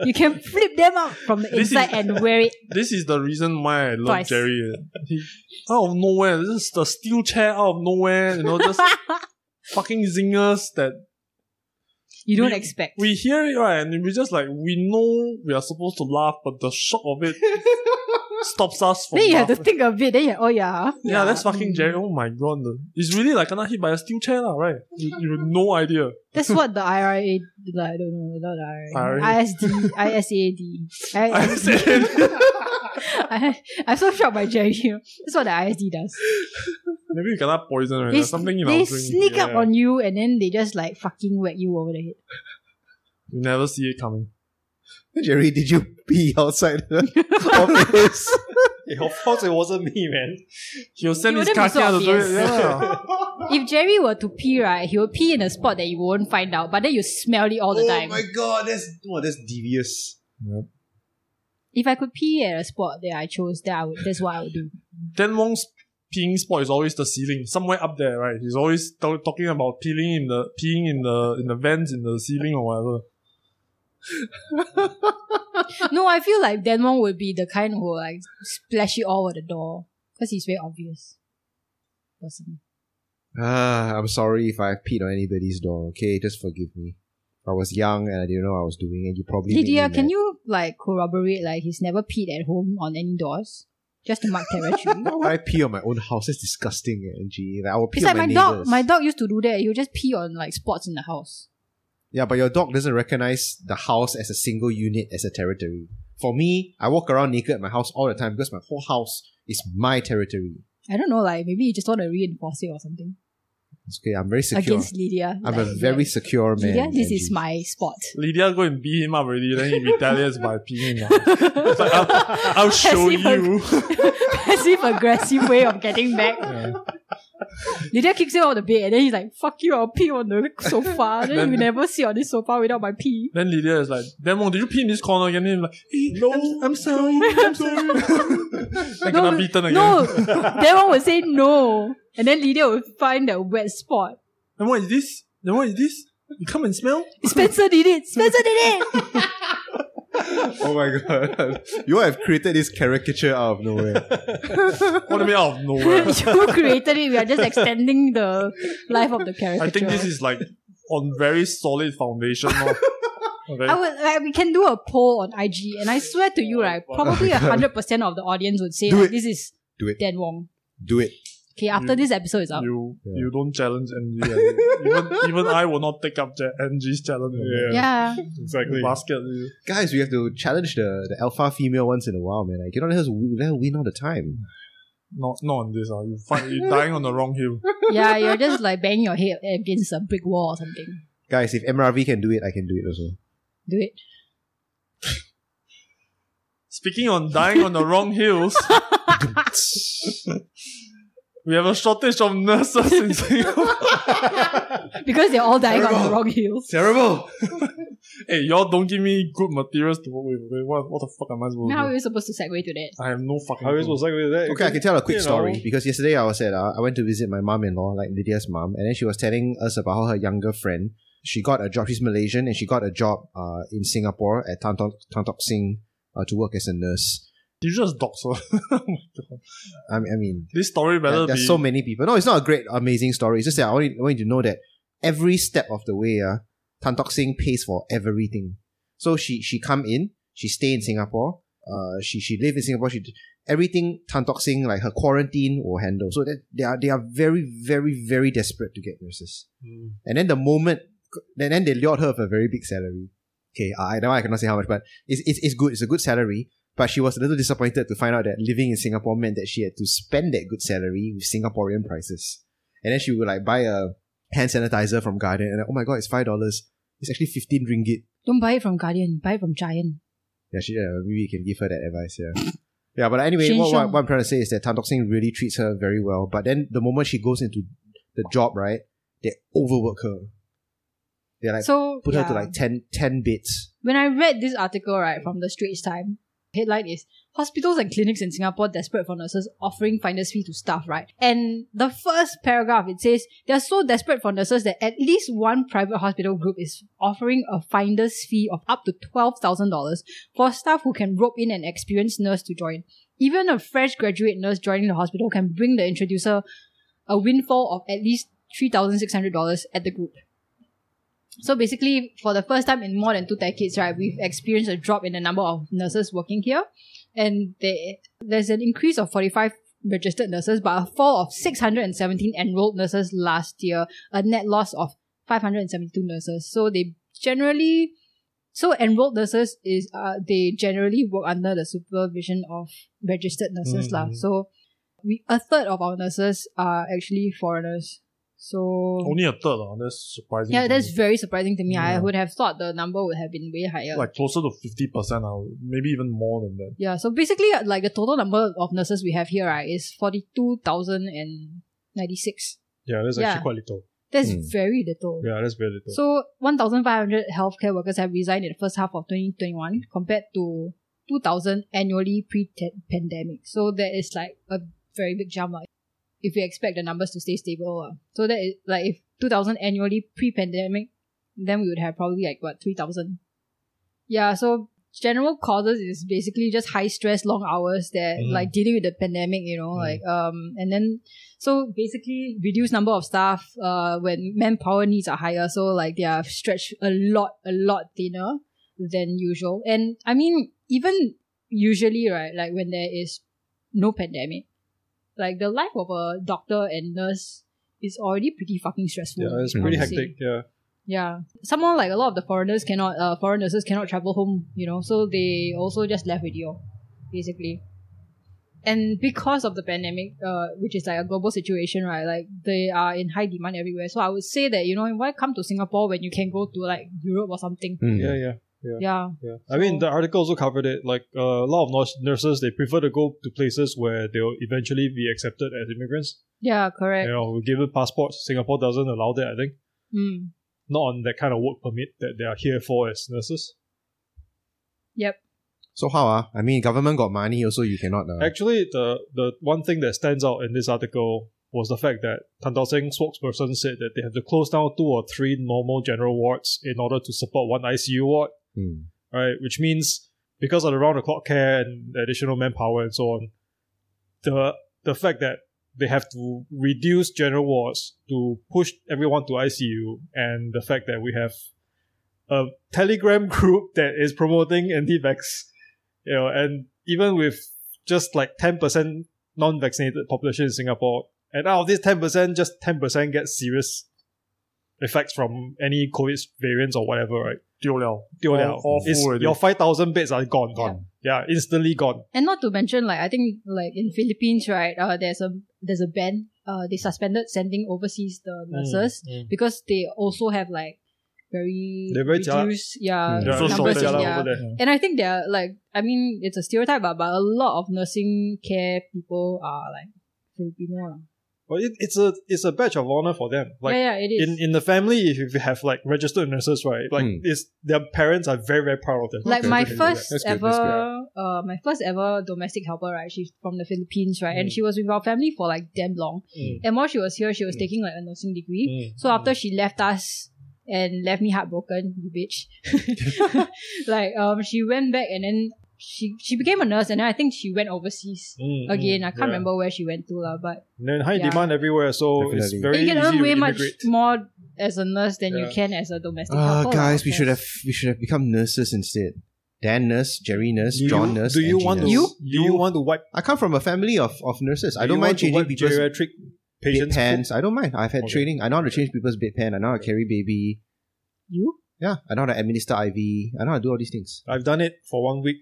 You can flip them out from the This is- inside and wear it. This is the reason why I love Twice. Jerry. He, out of nowhere, this is the steel chair out of nowhere. You know, just fucking zingers that You don't We- expect. we hear it right, and we just like we know we are supposed to laugh, but the shock of it stops us from. then you have to laughing. think of it. Then you're, oh, yeah. yeah, that's fucking mm. Jerry. Oh my god, it's really like kena hit by a steel chair, lah, right? You, you have no idea. That's what the IRA, like, I don't know, not the IRA. IRA. ISD, ISAD. I said, I, I'm so shocked by Jerry. you know. That's what the ISD does. maybe you cannot poison right? They There's something in they our drink. sneak up Yeah. on you and then they just like fucking whack you over the head. You never see it coming. Jerry, did you pee outside the office? Yeah, of course, it wasn't me, man. He'll send It his wouldn't be so kaki out to do it. obvious. Yeah. If Jerry were to pee, right, he would pee in a spot that you won't find out, but then you smell it all the oh time. my god, that's oh, that's devious. If I could pee at a spot that I chose, that I would, that's what I would do. Dan Wong's peeing spot is always the ceiling, somewhere up there, right? He's always t- talking about peeing in the peeing in the in the vents in the ceiling or whatever. no, I feel like Dan Wong would be the kind who will, like splash it all over the door because he's very obvious person. Ah, I'm sorry if I peed on anybody's door. Okay, just forgive me. I was young and I didn't know I was doing, and you probably made Lydia, me can mad. you like corroborate like he's never peed at home on any doors? Just to mark territory. Why would I pee on my own house? That's disgusting, eh, Angie. Like, I would pee It's on like my, my, dog. neighbors. My dog used to do that. He would just pee on like spots in the house. Yeah, but your dog doesn't recognize the house as a single unit, as a territory. For me, I walk around naked at my house all the time because my whole house is my territory. I don't know, like maybe you just want to reinforce it or something It's okay. I'm very secure. against Lydia. I'm like, a very secure man. Lydia, this is Angie. my spot. Lydia go and beat him up already, then he retaliates by peeing him. out. It's like, I'll, I'll show Passive ag- you. Passive aggressive way of getting back. Yeah. Lydia kicks him out of the bed and then he's like, fuck you, I'll pee on the sofa. then Then- you never sit on this sofa without my pee. Then Lydia is like, Demon, did you pee in this corner again? And he's like, "Eh, No, I'm, I'm sorry, I'm sorry. then cannot beaten again. No, that one will say no. And then Lydia will find a wet spot. Then what is this? Then what is this? You come and smell? Spencer did it. Spencer did it. Oh my god. you all have created this caricature out of nowhere. What do you mean out of nowhere? you created it. We are just extending the life of the character. I think this is like on very solid foundation. lor. okay. I would like we can do a poll on IG, and I swear to you, right? Probably hundred percent of the audience would say Do like, it. this is Do it. Mm. Dan Wong. Do it. Okay, after You- this episode is up, you Yeah. you don't challenge NG. and even even I will not take up Ja- NG's challenge. yeah, Yeah. Exactly. Basket. Guys, we have to challenge the, the alpha female once in a while, man. Like, you know, let her, w- let her win all the time. Not not on this. Uh. You find you dying on the wrong hill. yeah, you're just like banging your head against a brick wall or something. Guys, if MRV can do it, I can do it also. Do it. Speaking on dying on the wrong hills, we have a shortage of nurses in Singapore. Because they're all dying on the wrong hills. Terrible! hey, y'all don't give me good materials to work with. Okay? What what the fuck am I supposed Now to we're supposed to segue to that. do? I have no fucking. How are we clue. supposed to segue that? Okay, I can tell a quick You know. story because yesterday I was at uh, I went to visit my mom-in-law, like Lydia's mom, and then she was telling us about how her younger friend she got a job. She's Malaysian and she got a job uh, in Singapore at Tan Tok Tan Tock Sing uh, to work as a nurse. You just dox her. oh my god. I mean, I mean This story there- better be there's so many people. No, it's not a great, amazing story. It's just that I want you, I want you to know that every step of the way, uh, Tan Tock Sing pays for everything. So she she come in, she stay in Singapore. Uh, she she live in Singapore. She d- everything Tan Tock Sing like her quarantine will handle. So that they are they are very very very desperate to get nurses. Hmm. And then the moment, then then they lured her with a very big salary. Okay, I I know I cannot say how much, but it's, it's it's good. It's a good salary. But she was a little disappointed to find out that living in Singapore meant that she had to spend that good salary with Singaporean prices. And then she would like buy a hand sanitizer from Guardian, and like, oh my god, it's five dollars. It's actually fifteen ringgit. Don't buy it from Guardian. Buy it from Giant. Yeah, she uh, maybe you can give her that advice. Yeah, yeah. But anyway, Shin what, what, Shong. what I'm trying to say is that Tan Tok Sing really treats her very well. But then the moment she goes into the job, right, they overwork her. They like so put her to yeah. like 10, 10 bits. when I read this article right from the Straits Time, headline is Hospitals and clinics in Singapore desperate for nurses offering finder's fee to staff, right? And the first paragraph it says they are so desperate for nurses that at least one private hospital group is offering a finder's fee of up to twelve thousand dollars for staff who can rope in an experienced nurse to join. Even a fresh graduate nurse joining the hospital can bring the introducer a windfall of at least three thousand six hundred dollars at the group. So basically, for the first time in more than two decades, right, we've experienced a drop in the number of nurses working here, and they, there's an increase of 45 registered nurses, but a fall of 617 enrolled nurses last year, a net loss of 572 nurses. So they generally, so enrolled nurses is uh, they generally work under the supervision of registered nurses, lah. Mm. So we a third of our nurses are actually foreigners. So only a third. Uh. That's surprising. yeah, to that's me. very surprising to me. I Yeah. would have thought the number would have been way higher. like closer to fifty percent. Uh, maybe even more than that. yeah, so basically, uh, like the total number of nurses we have here right, is 42,096. Yeah, that's Yeah. actually quite little. That's Hmm. very little. Yeah, that's very little. So 1,500 healthcare workers have resigned in the first half of 2021 compared to 2,000 annually pre-pandemic. So that is like a very big jump. lah, If we expect the numbers to stay stable, lah. so that is like if 2,000 annually pre-pandemic, then we would have probably like what 3,000. Yeah. So general causes is basically just high stress, long hours that Mhm. like dealing with the pandemic. You know, like um, and then so basically, reduced number of staff uh, when manpower needs are higher. So like they are stretched a lot, a lot thinner than usual. And I mean, even usually, right? Like when there is no pandemic, like the life of a doctor and nurse is already pretty fucking stressful. yeah, it's I pretty Hmm. would say. hectic. Yeah. Yeah. Someone like a lot of the foreigners cannot, uh, foreign nurses cannot travel home, you know, so they also just left with you, basically. And because of the pandemic, uh, which is like a global situation, right? Like they are in high demand everywhere. So I would say that, you know, why come to Singapore when you can go to like Europe or something? Mm. Yeah, yeah. Yeah. Yeah, I mean the article also covered it. Like uh, a lot of nurs- nurses, they prefer to go to places where they'll eventually be accepted as immigrants. Yeah, You correct. know, we're given passports. Singapore doesn't allow that. I think Mm. not on that kind of work permit that they are here for as nurses. Yep. So how ah? I mean, government got money, also you cannot. Uh, Actually, the the one thing that stands out in this article was the fact that Tan Dao Seng spokesperson said that they have to close down two or three normal general wards in order to support one ICU ward. mm. right? Which means because of the round the clock care and additional manpower and so on, the the fact that they have to reduce general wards to push everyone to ICU, and the fact that we have a Telegram group that is promoting anti-vax, you know, and even with just like ten percent non-vaccinated population in Singapore, and out of this ten percent, just ten percent get serious effects from any COVID variants or whatever, right? 丢了。丢了 All- all full It's- already. your five thousand beds are gone, Gone. Yeah, instantly gone. And not to mention, like I think, like in Philippines, right? Uh, there's a there's a ban. Uh, they suspended sending overseas Mm. the Mm, nurses because they also have like very They're very jialat. reduced, yeah, Mm. They're So numbers, shortage yeah. over there. And I think they're like, I mean, it's a stereotype, but, but a lot of nursing care people are like Filipino. lah. But it, it's a it's a badge of honor for them. Like yeah, yeah, it is. in in the family, if you have like registered nurses, right? Like Mm. it's their parents are very very proud of them. like Okay, my okay, okay. first That's good, ever that's uh my first ever domestic helper right she's from the philippines right and Mm. she was with our family for like damn long Mm. and while she was here she was taking like a nursing degree Mm. so after she left us and left me heartbroken you bitch like um she went back and then she she became a nurse and then i think she went overseas Mm, again mm, i can't yeah. remember where she went to lah, but And then high Yeah. demand everywhere, so Definitely. it's very you can easy earn to way much immigrate. more as a nurse than you Yeah. can as a domestic Ah, helper lah, guys, of we should course. have we should have become nurses instead. Dan nurse, Jerry nurse, Do you- John nurse. Do you Angie want to? nurse. You? Do you want to wipe? I come from a family of, of nurses. I do you don't mind want to changing wipe people's geriatric patients. bedpans. I don't mind. I've had Okay. training. I know how to change people's bedpan. I know how to carry baby. you Yeah, I know how to administer IV. I know how to do all these things. I've done it for one week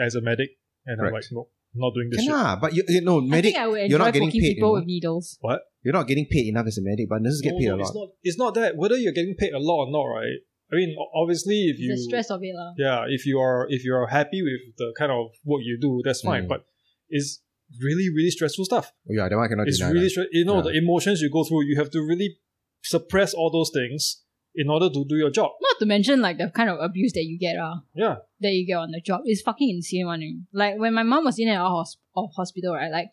as a medic, and I'm Right. like, no, not doing this. Can shit. ah, but you, you know, medic. i think i would you're not enjoy getting poking paid, you people know. with needles You're not getting paid enough as a medic, but nurses get No, paid no, a lot. It's not, it's not that whether you're getting paid a lot or not, right? I mean, o- obviously, if you the stress of it lah. yeah, if you are if you are happy with the kind of work you do, that's fine. Mm. But it's really really stressful stuff. Oh, yeah, that one I cannot it's deny. really lah. stre- you know Yeah. the emotions you go through. You have to really suppress all those things in order to do your job. Not to mention like the kind of abuse that you get uh, Yeah, that you get on the job. It's fucking insane one. eh. Like when my mom was in and out of, hosp- of hospital, right? Like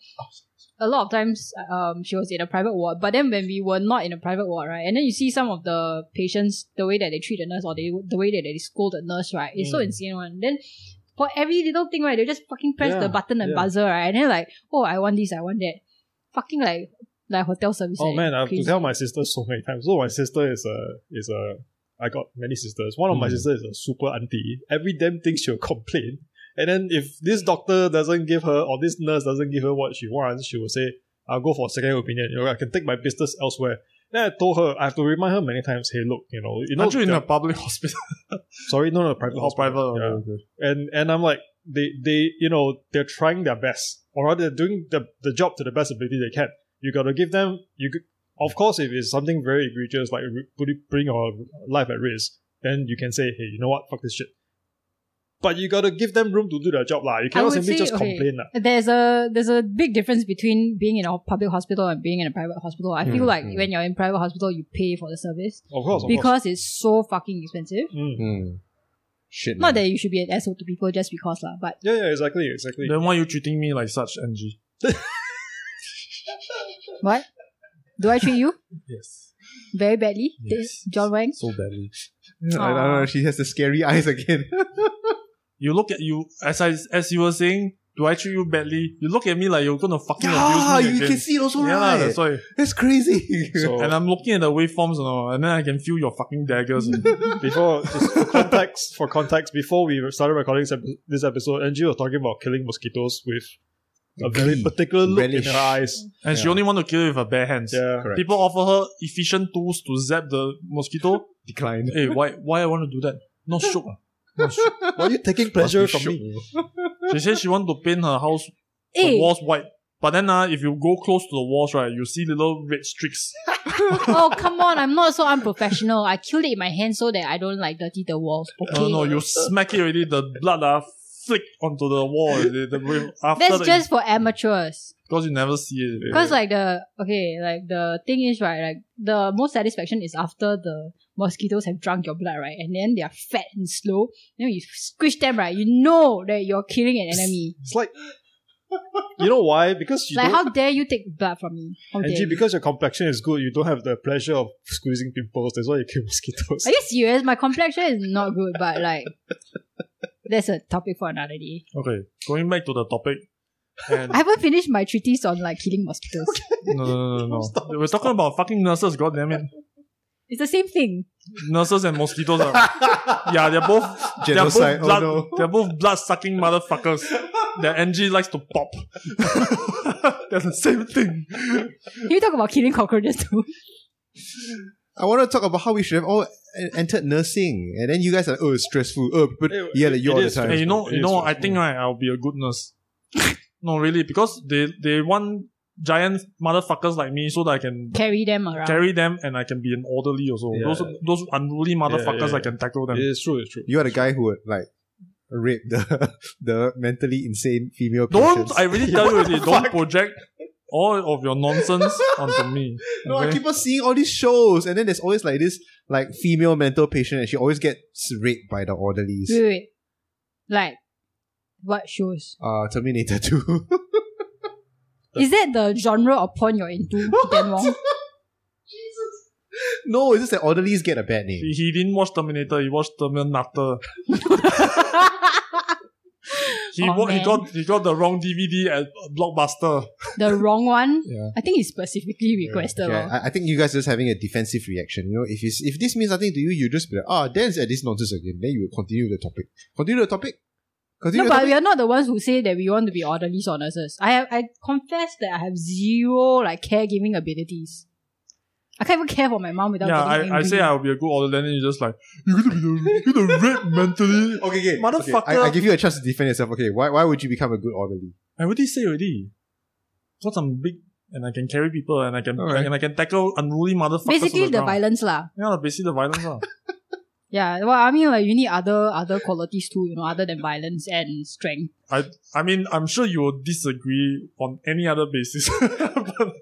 a lot of times um she was in a private ward. But then when we were not in a private ward, right? And then you see some of the patients, the way that they treat the nurse or they the way that they scold the nurse, right? It's so Mm. insane one. Then for every little thing, right, they just fucking press Yeah, the button and yeah. buzzer, right? And then like, oh I want this, I want that. Fucking like like hotel service. Oh like, man, I have crazy. to tell my sister so many times. So my sister is a is a I got many sisters. One of my Hmm. Mm. sisters is a super auntie. Every damn thing she'll complain. And then if this doctor doesn't give her or this nurse doesn't give her what she wants, she will say, I'll go for a second opinion. You know, I can take my business elsewhere. Then I told her, I have to remind her many times, hey look, you know, you know Aren't you in Oh, the- a public hospital? sorry, no no private Oh, hospital. private, Yeah. okay, okay. And and I'm like, they they you know, they're trying their best. Or rather they're doing the, the job to the best ability they can you gotta give them you g- of course if it's something very egregious like re- putting putting your life at risk then you can say hey you know what fuck this shit but you gotta give them room to do their job lah. you cannot would simply say, just okay, complain lah. there's a there's a big difference between being in a public hospital and being in a private hospital. I feel Mm, like mm. when you're in private hospital, you pay for the service of course of course. because it's so fucking expensive. Mm. Hmm. Shit. Not man. that you should be an asshole to people just because lah, but yeah yeah exactly exactly Then why are you treating me like such, Angie? what? Do I treat you Yes. very badly, Yes. John Wang? So badly. I don't know. Aw. She has the scary eyes again. You look at you as I as you were saying, do I treat you badly? You look at me like you're gonna fucking yeah, abuse me you again. can see it also, yeah, lah, right? that's why. That's crazy. so And I'm looking at the waveforms and all, and then I can feel your fucking daggers. and- before just for context for context before we started recording this epi- this episode Angie was talking about killing mosquitoes with a very key, particular look relish. in her eyes. And she Yeah. only want to kill it with her bare hands. Yeah. Correct. People offer her efficient tools to zap the mosquito. Decline. hey, why why I want to do that? No shook. ah. No shook. Why are you taking pleasure from me? She said she want to paint her house the Eh, walls white. But then uh, if you go close to the walls, right, you see little red streaks. oh come on! I'm not so unprofessional. I killed it in my hand so that I don't like dirty the walls. Okay. Oh, No, no, you smack it already, the blood uh, flick onto the wall. already, the way- after That's the- just for amateurs. because you never see it. Because like the okay, like the thing is right, like the most satisfaction is after the mosquitoes have drunk your blood, right? And then they are fat and slow. Then you squish them, right? You know that you're killing an enemy. It's like you know why? Because you Like don't, how dare you take blood from me? How dare Angie, you? because your complexion is good, you don't have the pleasure of squeezing pimples. That's why you kill mosquitoes. Are you serious? My complexion is not good, but like that's a topic for another day. Okay, going back to the topic. And I haven't finished my treatise on like killing mosquitoes. no, no, no, no, no. We're talking about fucking nurses, god damn it. It's the same thing. Nurses and mosquitoes are. Yeah, they're both. Genocide. They're both blood, oh They're both blood sucking motherfuckers. That NG likes to pop. they're the same thing. Can you talk about killing cockroaches too? no. I want to talk about how we should have all en- entered nursing, and then you guys are oh it's stressful. Oh, but It- yeah, like it you all the is time. Hey, you know, it you is know. I stressful. think right, I'll be a good nurse. no, really, because they they want giant motherfuckers like me so that I can Carry them around. carry them and I can be an orderly also. Yeah. Those those unruly motherfuckers, yeah, I can tackle them. It is true. It's true. You are the guy who would like rape the the mentally insane female Don't patients. I really tell you already, don't project all of your nonsense onto me. No, I okay? keep on seeing all these shows, and then there's always like this like female mental patient, and she always gets raped by the orderlies. Wait, wait, wait. Like, what shows? Uh, Terminator Two. Is that the genre of porn you're into, Ken Wong? no, it's just that orderlies get a bad name. he, he didn't watch Terminator, he watched Terminator. He, Aw, wa- he Oh, man. got he got the wrong DVD at Blockbuster. the wrong one? Yeah. I think he specifically requested oh. Yeah, yeah. I, I think you guys are just having a defensive reaction. You know, if it's, if this means nothing to you, you just be like, ah, then it's at this nonsense again. Then you will continue the topic. Continue the topic. Continue the No, but topic. we are not the ones who say that we want to be orderlies or nurses. I have, I confess that I have zero like caregiving abilities. I can't even care for my mom without yeah, getting I, I angry. say I'll be a good order, and then you're just like, you're gonna be the, you're gonna rape mentally. Okay, okay. Motherfucker. Okay, I, I give you a chance to defend yourself. Okay, why, why would you become a good orderly? I already say already. Because I'm big and I can carry people and I can Alright. and I can tackle unruly motherfuckers. Basically, on the the, ground. violence lah. Yeah, basically the violence. lah. Yeah, well, I mean, like you need other other qualities too, you know, other than violence and strength. I mean, I'm sure you will disagree on any other basis. but,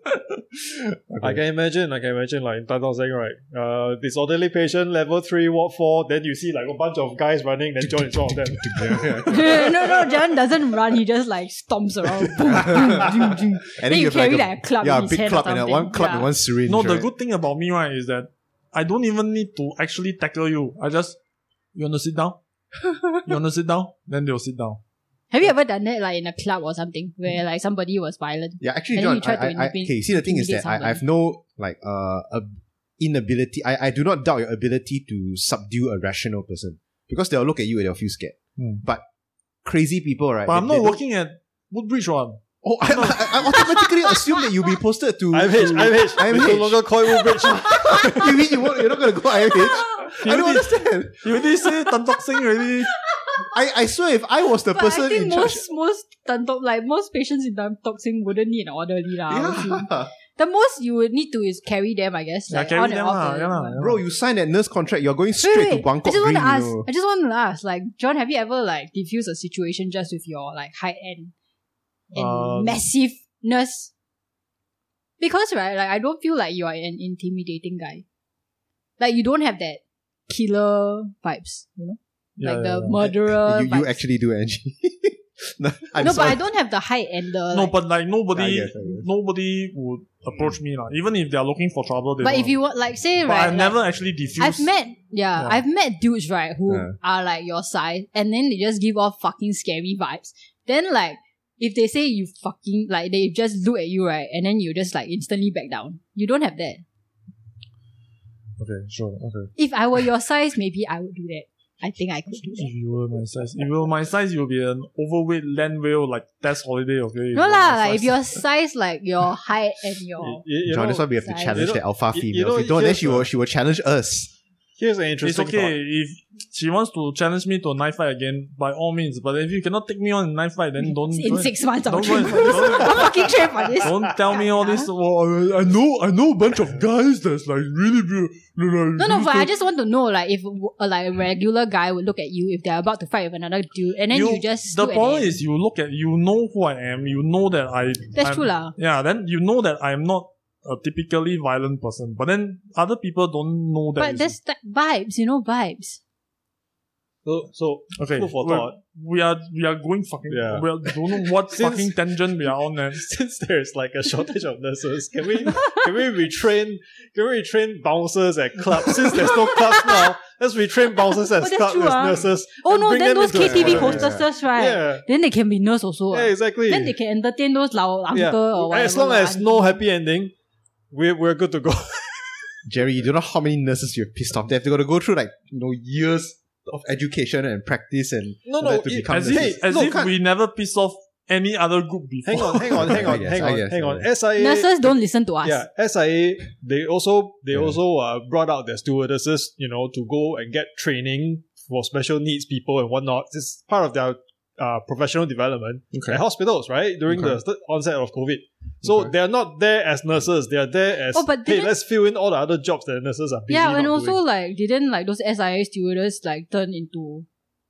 I can imagine. I can imagine. Like in Tan Tong Seng, right? Uh, disorderly patient, level three, ward four. Then you see like a bunch of guys running. Then John is one of them. no, no, John doesn't run. He just like stomps around. Boom, boom, boom, boom. And Then you have, like, carry a- like a club Yeah, in a his big hand club or and a, something. one club Yeah. and one syringe. no, the right? good thing about me, right, is that I don't even need to actually tackle you. I just, you want to sit down? You want to sit down? Then they'll sit down. Have you ever done that like in a club or something where like somebody was violent? Yeah, actually, And then John, you try I, to I, I, inhibit- okay, see, the thing is intimidate that I, I someone. have no, like, uh, ab- inability. I, I do not doubt your ability to subdue a rational person because they'll look at you and they'll feel scared. Hmm. But crazy people, right? But I'm they- not they don't- working at Woodbridge one. Oh, I, I, I automatically assume that you'll be posted to. IMH, IMH. I'm We H. no longer call you Bridge. to- you mean you won't, you're not going to go IMH? I don't understand. You already say Tan Tok Seng already. I, I swear, if I was the But person I think in charge. most most tan tok- like most patients in tan tok sing wouldn't need an orderly lah. Yeah. honestly. The most you would need to is carry them, I guess. Yeah, Like, carry on and them off lah, the- yeah lah, yeah. Bro, you signed that nurse contract, you're going Wait, straight wait, to Bangkok I just Green. want to ask. you know. I just want to ask. Like, John, have you ever like diffused a situation just with your like height and and Um, massiveness? Because right, like I don't feel like you are an intimidating guy. Like you don't have that killer vibes, you know, Yeah, like yeah, the yeah. murderer. You, you vibes. actually do, Angie. no, I'm no, sorry. but I don't have the height and the. No, like- but like nobody, Yeah, I guess, I guess. nobody would approach me lah. Even if they are looking for trouble, they but won't. if you want, like, say but right, I've like, never actually diffused. I've met yeah, Yeah. I've met dudes right who Yeah. are like your size and then they just give off fucking scary vibes. Then like if they say you fucking like they just look at you right and then you just like instantly back down. You don't have that. Okay, sure. Okay. If I were your size, maybe I would do that. I think I could do that. If you were my size, if you were my size, you will be an overweight land whale like test holiday. Okay, No If you were lah, my like if size. your size, like your height and You- your you- you John, know, that's why we have to size. challenge You know- the alpha you- females. you know, if we don't, then here's she will, the- she will challenge us. here's an It's interesting okay if she wants to challenge me to a knife fight again, by all means. But if you cannot take me on a knife fight, then don't in don't, six months I'll don't, train don't, for this. don't, I'll fucking train for this. don't tell me all this. Well, I, I know, I know a bunch of guys that's like really beautiful. No, no, but I just want to know, like, if uh, like a regular guy would look at you if they're about to fight with another dude, and then you, just the eh? look at problem them. is you look at you know who I am. You know that I that's I'm- true lah. Yeah, then you know that I'm not a typically violent person, but then other people don't know that. But it's- that's like vibes, you know, vibes. So, so okay. food for we're- thought. We are we are going fucking. Yeah. We are, don't know what Since- fucking tangent we are on. Man. since there's like a shortage of nurses, can we can we retrain can we retrain bouncers at clubs? Since there's no clubs now, let's retrain bouncers Oh, at that's clubs true, as ah. nurses. Oh and no, bring then them those into KTV the- hostesses, right? Yeah, Then they can be nurse also. ah. yeah, exactly. Then they can entertain those lao uncle or whatever. as long lah, as auntie. no happy ending, we're, we're good to go. Jerry, you don't know how many nurses you have pissed off. They've got to go through like you know years of education and practice and No, no, Like to it- become As this if is- as Look, if can't- we never piss off any other group before. hang on, hang on, hang I on, guess, hang I on, guess, hang I on. guess. SIA, nurses don't listen to us. yeah, SIA. They also they Yeah. also uh, brought out their stewardesses, you know, to go and get training for special needs people and whatnot. It's part of their uh, professional development. Okay. at hospitals, right? During the st- onset of COVID. So Okay. they're not there as nurses. They're there as, Oh, but hey, didn't- let's fill in all the other jobs that nurses are busy. yeah, not and also doing." like didn't like those SIA stewardess like turn into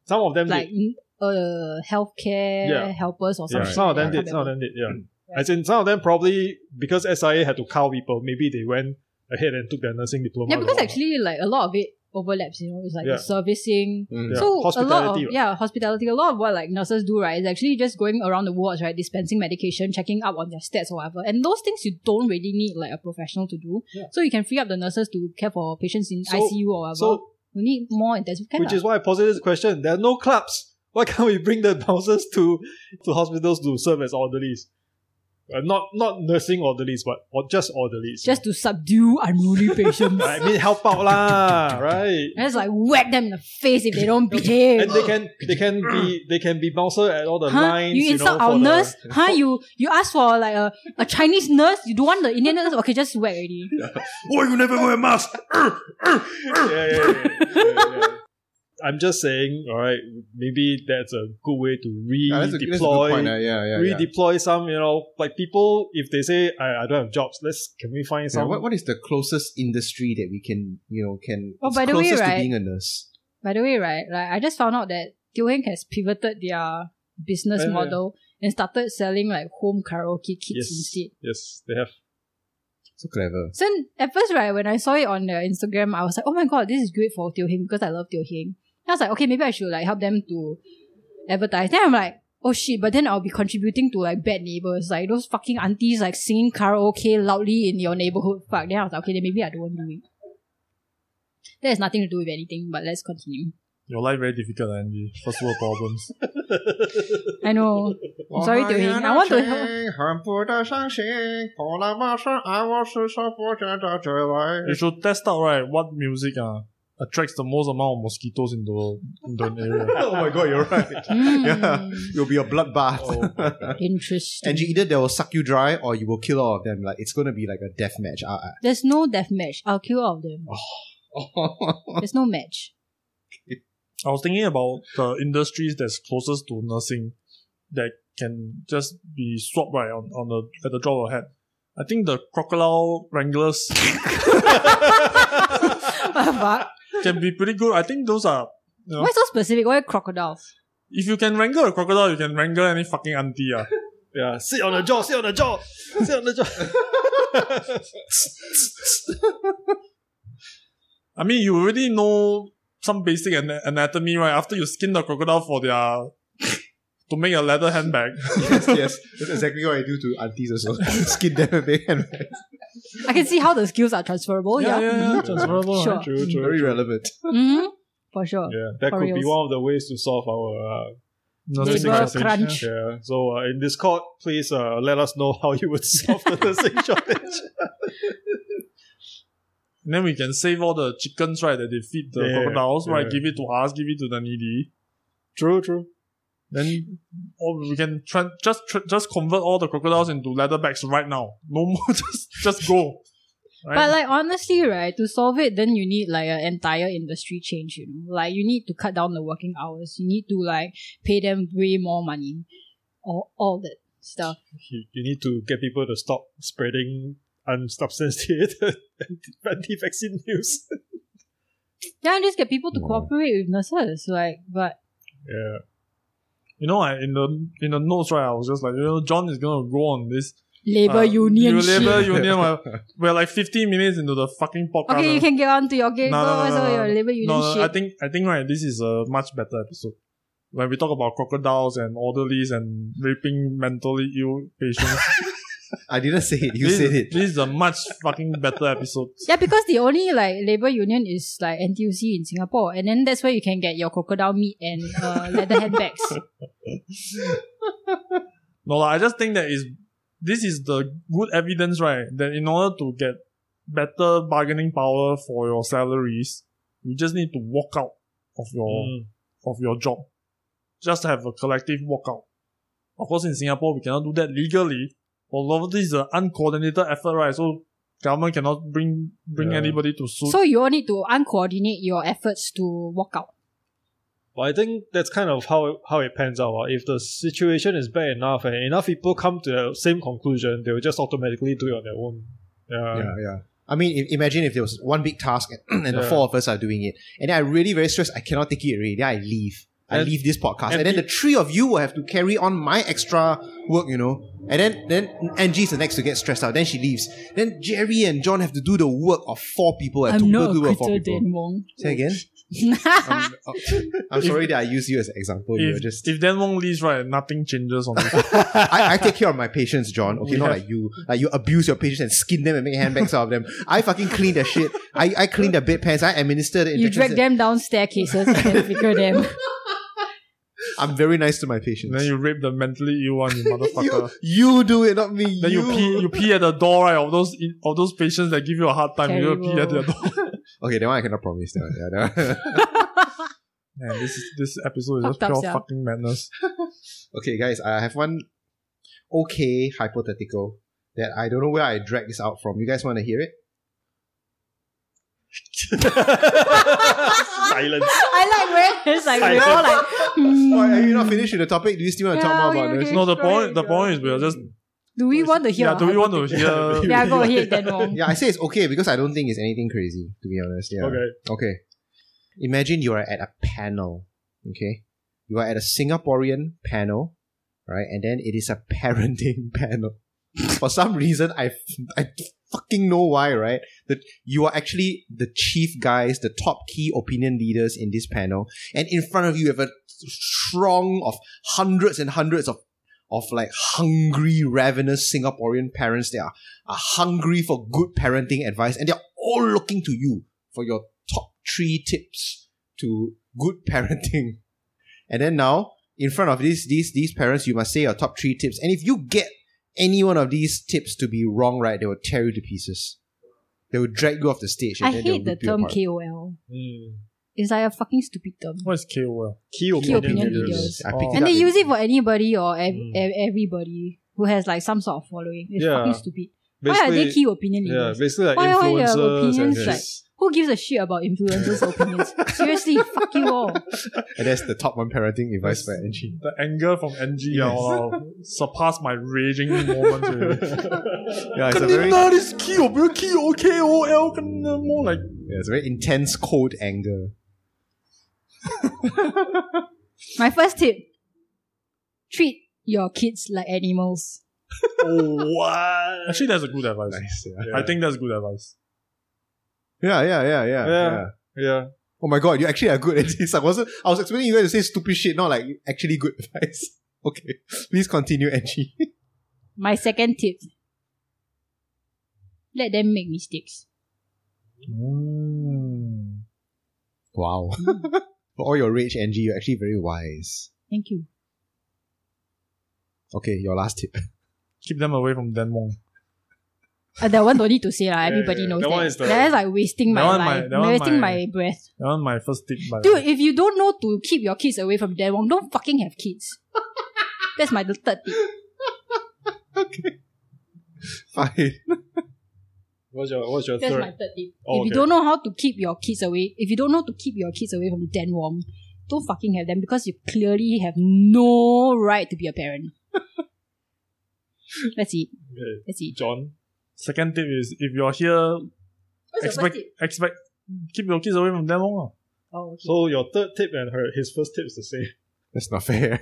some of them like did. n- uh healthcare Yeah. helpers or Yeah. something. Some of them Yeah. did. Some of them did, yeah. Yeah. As in, some of them probably, because SIA had to cow people, maybe they went ahead and took their nursing diploma. Yeah, or because whatnot. actually like a lot of it overlaps. You know, it's like Yeah. servicing. Mm. Yeah. So a lot of Hospitality, right? yeah hospitality. A lot of what like nurses do right is actually just going around the wards right, dispensing medication, checking up on their stats or whatever. And those things you don't really need like a professional to do. Yeah. So you can free up the nurses to care for patients in So- ICU or whatever. So, we need more intensive care. which lah. is why I posed this question. There are no clubs. Why can't we bring the bouncers to, to hospitals to serve as orderlies? Uh, not not nursing orderlies, but or just orderlies. just to subdue unruly patients. I mean, help out lah, right? And it's like whack them in the face if they don't behave. and they can they can be they can be bouncer at all the huh? lines. you insult know, our for the- nurse? Huh? You you ask for like a, a Chinese nurse? You don't want the Indian nurse? Okay, just whack already. Oh, you never wear a mask. Yeah, yeah, yeah, yeah, yeah. I'm just saying, all right, maybe that's a good way to Yeah, that's a, that's a redeploy good point. uh, Yeah, yeah, yeah. redeploy some, you know, like people if they say I, I don't have jobs, let's can we find Yeah, some what, what is the closest industry that we can, you know, can Oh, it's by the way, closest right- to being a nurse? By the way, right? Like I just found out that Teo Heng has pivoted their business Yeah, yeah. model and started selling like home karaoke kits yes, instead. yes, they have So clever. So at first, right, when I saw it on their Instagram, I was like, oh my god, this is great for Teo Heng because I love Teo Heng. And I was like, okay, maybe I should like help them to advertise. Then I'm like, oh shit, but then I'll be contributing to like bad neighbors, like those fucking aunties like singing karaoke loudly in your neighborhood. Fuck. Then I was like, okay, then maybe I don't do it. That has nothing to do with anything, but let's continue. Your life very difficult, Angie. First world problems. I know. I'm sorry, Teo Heng. I want to help. You should test out right what music uh, attracts the most amount of mosquitoes in the world in the area. oh my god, you're right. Yeah. Mm, You'll be a bloodbath. Oh. Interesting. And you either they will suck you dry or you will kill all of them. Like it's gonna be like a death match. Ah, There's no death match. I'll kill all of them. Oh. ah. There's no match. I was thinking about the industries that's closest to nursing that can just be swapped right on, on the at the drop of a hat. I think the crocodile wranglers Fuck. can be pretty good. I think those are you know, Why so specific? Why crocodiles? if you can wrangle a crocodile, you can wrangle any fucking auntie. Uh. yeah, sit on the jaw, sit on the jaw, sit on the jaw. I mean, you already know some basic ana- anatomy, right? After you skin the crocodile for their to make a leather handbag. yes, yes. That's exactly what I do to aunties also. Skin them a bit and I can see how the skills are transferable. Yeah, yeah, yeah. Mhm. transferable, right? Sure. true, true, very true. relevant. Mhm. For sure. Yeah, that For could be reals. one of the ways to solve our uh, Nursing Labour shortage. crunch. Yeah. So uh, in Discord, please uh, let us know how you would solve the nursing shortage. And then we can save all the chickens, right, that they feed the Yeah, crocodiles, right? yeah. Give it to us, give it to the needy. True, true. Then or we can tran just tr- just convert all the crocodiles into leatherbacks right now. No more, just just go. Right? But like honestly, right, to solve it, then you need like an entire industry change, you know. Like you need to cut down the working hours. You need to like pay them way more money. Or all that stuff. You, you need to get people to stop spreading unsubstantiated anti- anti-vaccine news. Yeah, just get people to Mm. cooperate with nurses. Like but Uh, yeah. you know, I, in the in the notes, right, I was just like, you know, John is gonna go on this labor uh, union shit. labor union. We're, we're like 15 minutes into the fucking podcast. Okay, uh. you can get on to your game. No, No, no, no, no, your no. labor union no, no, shit. I think I think right. This is a much better episode. When we talk about crocodiles and orderlies and raping mentally ill patients, I didn't say it. You this, said it. This is a much fucking better episode. yeah, because the only like labor union is like NTUC in Singapore, and then that's where you can get your crocodile meat and uh, leather handbags. No, lah, I just think that is this is the good evidence, right? That in order to get better bargaining power for your salaries, you just need to walk out of your Mm. of your job. Just have a collective walkout. Of course, in Singapore, we cannot do that legally. Although this is an uncoordinated effort, right? So government cannot bring bring Yeah. anybody to suit. so you all need to uncoordinate your efforts to walk out. But I think that's kind of how how it pans out. ah. If the situation is bad enough and enough people come to the same conclusion, they will just automatically do it on their own. Yeah. yeah, yeah. I mean, i- imagine if there was one big task and, and the Yeah. four of us are doing it, and then I really very stressed. I cannot take it already. Then I leave. I And- leave this podcast, and, and then pe- the three of you will have to carry on my extra work, you know. And then then Angie's the next to get stressed out. Then she leaves. Then Jerry and John have to do the work of four people. have to I'm not do a the work of four quitter, people. Dan Wong. Say again. I'm, I'm sorry that I use you as an example. You're if, just if Dan Wong leaves, right, nothing changes on this. I, I take care of my patients, John. Okay, We not have- like you. Like you abuse your patients and skin them and make handbags out of them. I fucking clean their shit. I, I clean their bedpans. I administer the you injections. drag them down staircases and then figure them. I'm very nice to my patients. then you rape the mentally ill one, you motherfucker. you, you do it, not me. then you pee you pee at the door, right? Of those of those patients that give you a hard time, you go pee at their Terrible. door. Okay, that one I cannot promise. That one, yeah, that one. Man, this is, this episode is just Fucked up, pure sia. fucking madness. okay, guys, I have one okay hypothetical that I don't know where I drag this out from. You guys want to hear it? Silence. I like where it's like we're all Silence. like. Or hmm. are you not finished with the topic? Do you still want to Yeah, talk we- more about we this? can- No, the Destroy point the your- point is we are just Do we want to hear? Yeah, do we want to think- hear? Yeah, Yeah, go ahead, Dan Wong. Yeah, I say it's okay because I don't think it's anything crazy, to be honest. Yeah. Okay. Okay. Imagine you are at a panel. Okay. You are at a Singaporean panel, right? And then it is a parenting panel. For some reason, I, I fucking know why, right? That you are actually the chief guys, the top key opinion leaders in this panel. And in front of you, you have a throng of hundreds and hundreds of of like hungry, ravenous Singaporean parents that are, are hungry for good parenting advice, and they're all looking to you for your top three tips to good parenting. And then now, in front of these these these parents, you must say your top three tips. And if you get any one of these tips to be wrong, right, they will tear you to pieces. They will drag you off the stage. And I then they'll hate the rip you term apart. KOL. Mm. It's like a fucking stupid term. What is KOL? Key opinion opinion leaders. leaders. I picked Oh. it and up they in- use it for anybody or ev- Mm. ev- everybody who has like some sort of following. It's Yeah. fucking stupid. Why are they key opinion yeah, leaders? basically like Why are your influencers and opinions just- Who gives a shit about influencers' opinions? Seriously, fuck you all. And that's the top one parenting advice by Angie. The anger from NG Yes. uh, surpassed my raging moments. already. Yeah, it's a very yeah, Kanina, this key opinion, key O K O L, kanina, more like it's a very intense, cold anger. My first tip treat your kids like animals. oh, what? Actually, that's a good advice. Nice. Yeah. I think that's good advice. Yeah, yeah, yeah, yeah. Yeah. yeah. Yeah. Oh my god, you actually are good at this. I wasn't. I was expecting you guys to say stupid shit, not like actually good advice. Okay, please continue, Angie. My second tip let them make mistakes. Mm. Wow. For all your rage, Angie, you're actually very wise. Thank you. Okay, your last tip. Keep them away from Dan Wong. Uh, that one don't need to say lah. Everybody yeah, knows that that. one is the- that is like wasting That my one my- life, that one wasting my- my breath. That one my first tip. By the Dude, way. if you don't know to keep your kids away from Dead Wong, don't fucking have kids. That's my third tip. Fine. What's your What's your That's third? my third tip. Oh, if you okay. don't know how to keep your kids away, if you don't know to keep your kids away from Dan Wong, don't fucking have them because you clearly have no right to be a parent. That's it. Okay, That's it. John. Second tip is if you're here, What's expect expect keep your kids away from ah. them all. Oh, okay. So your third tip and her his first tip is the same. That's not fair.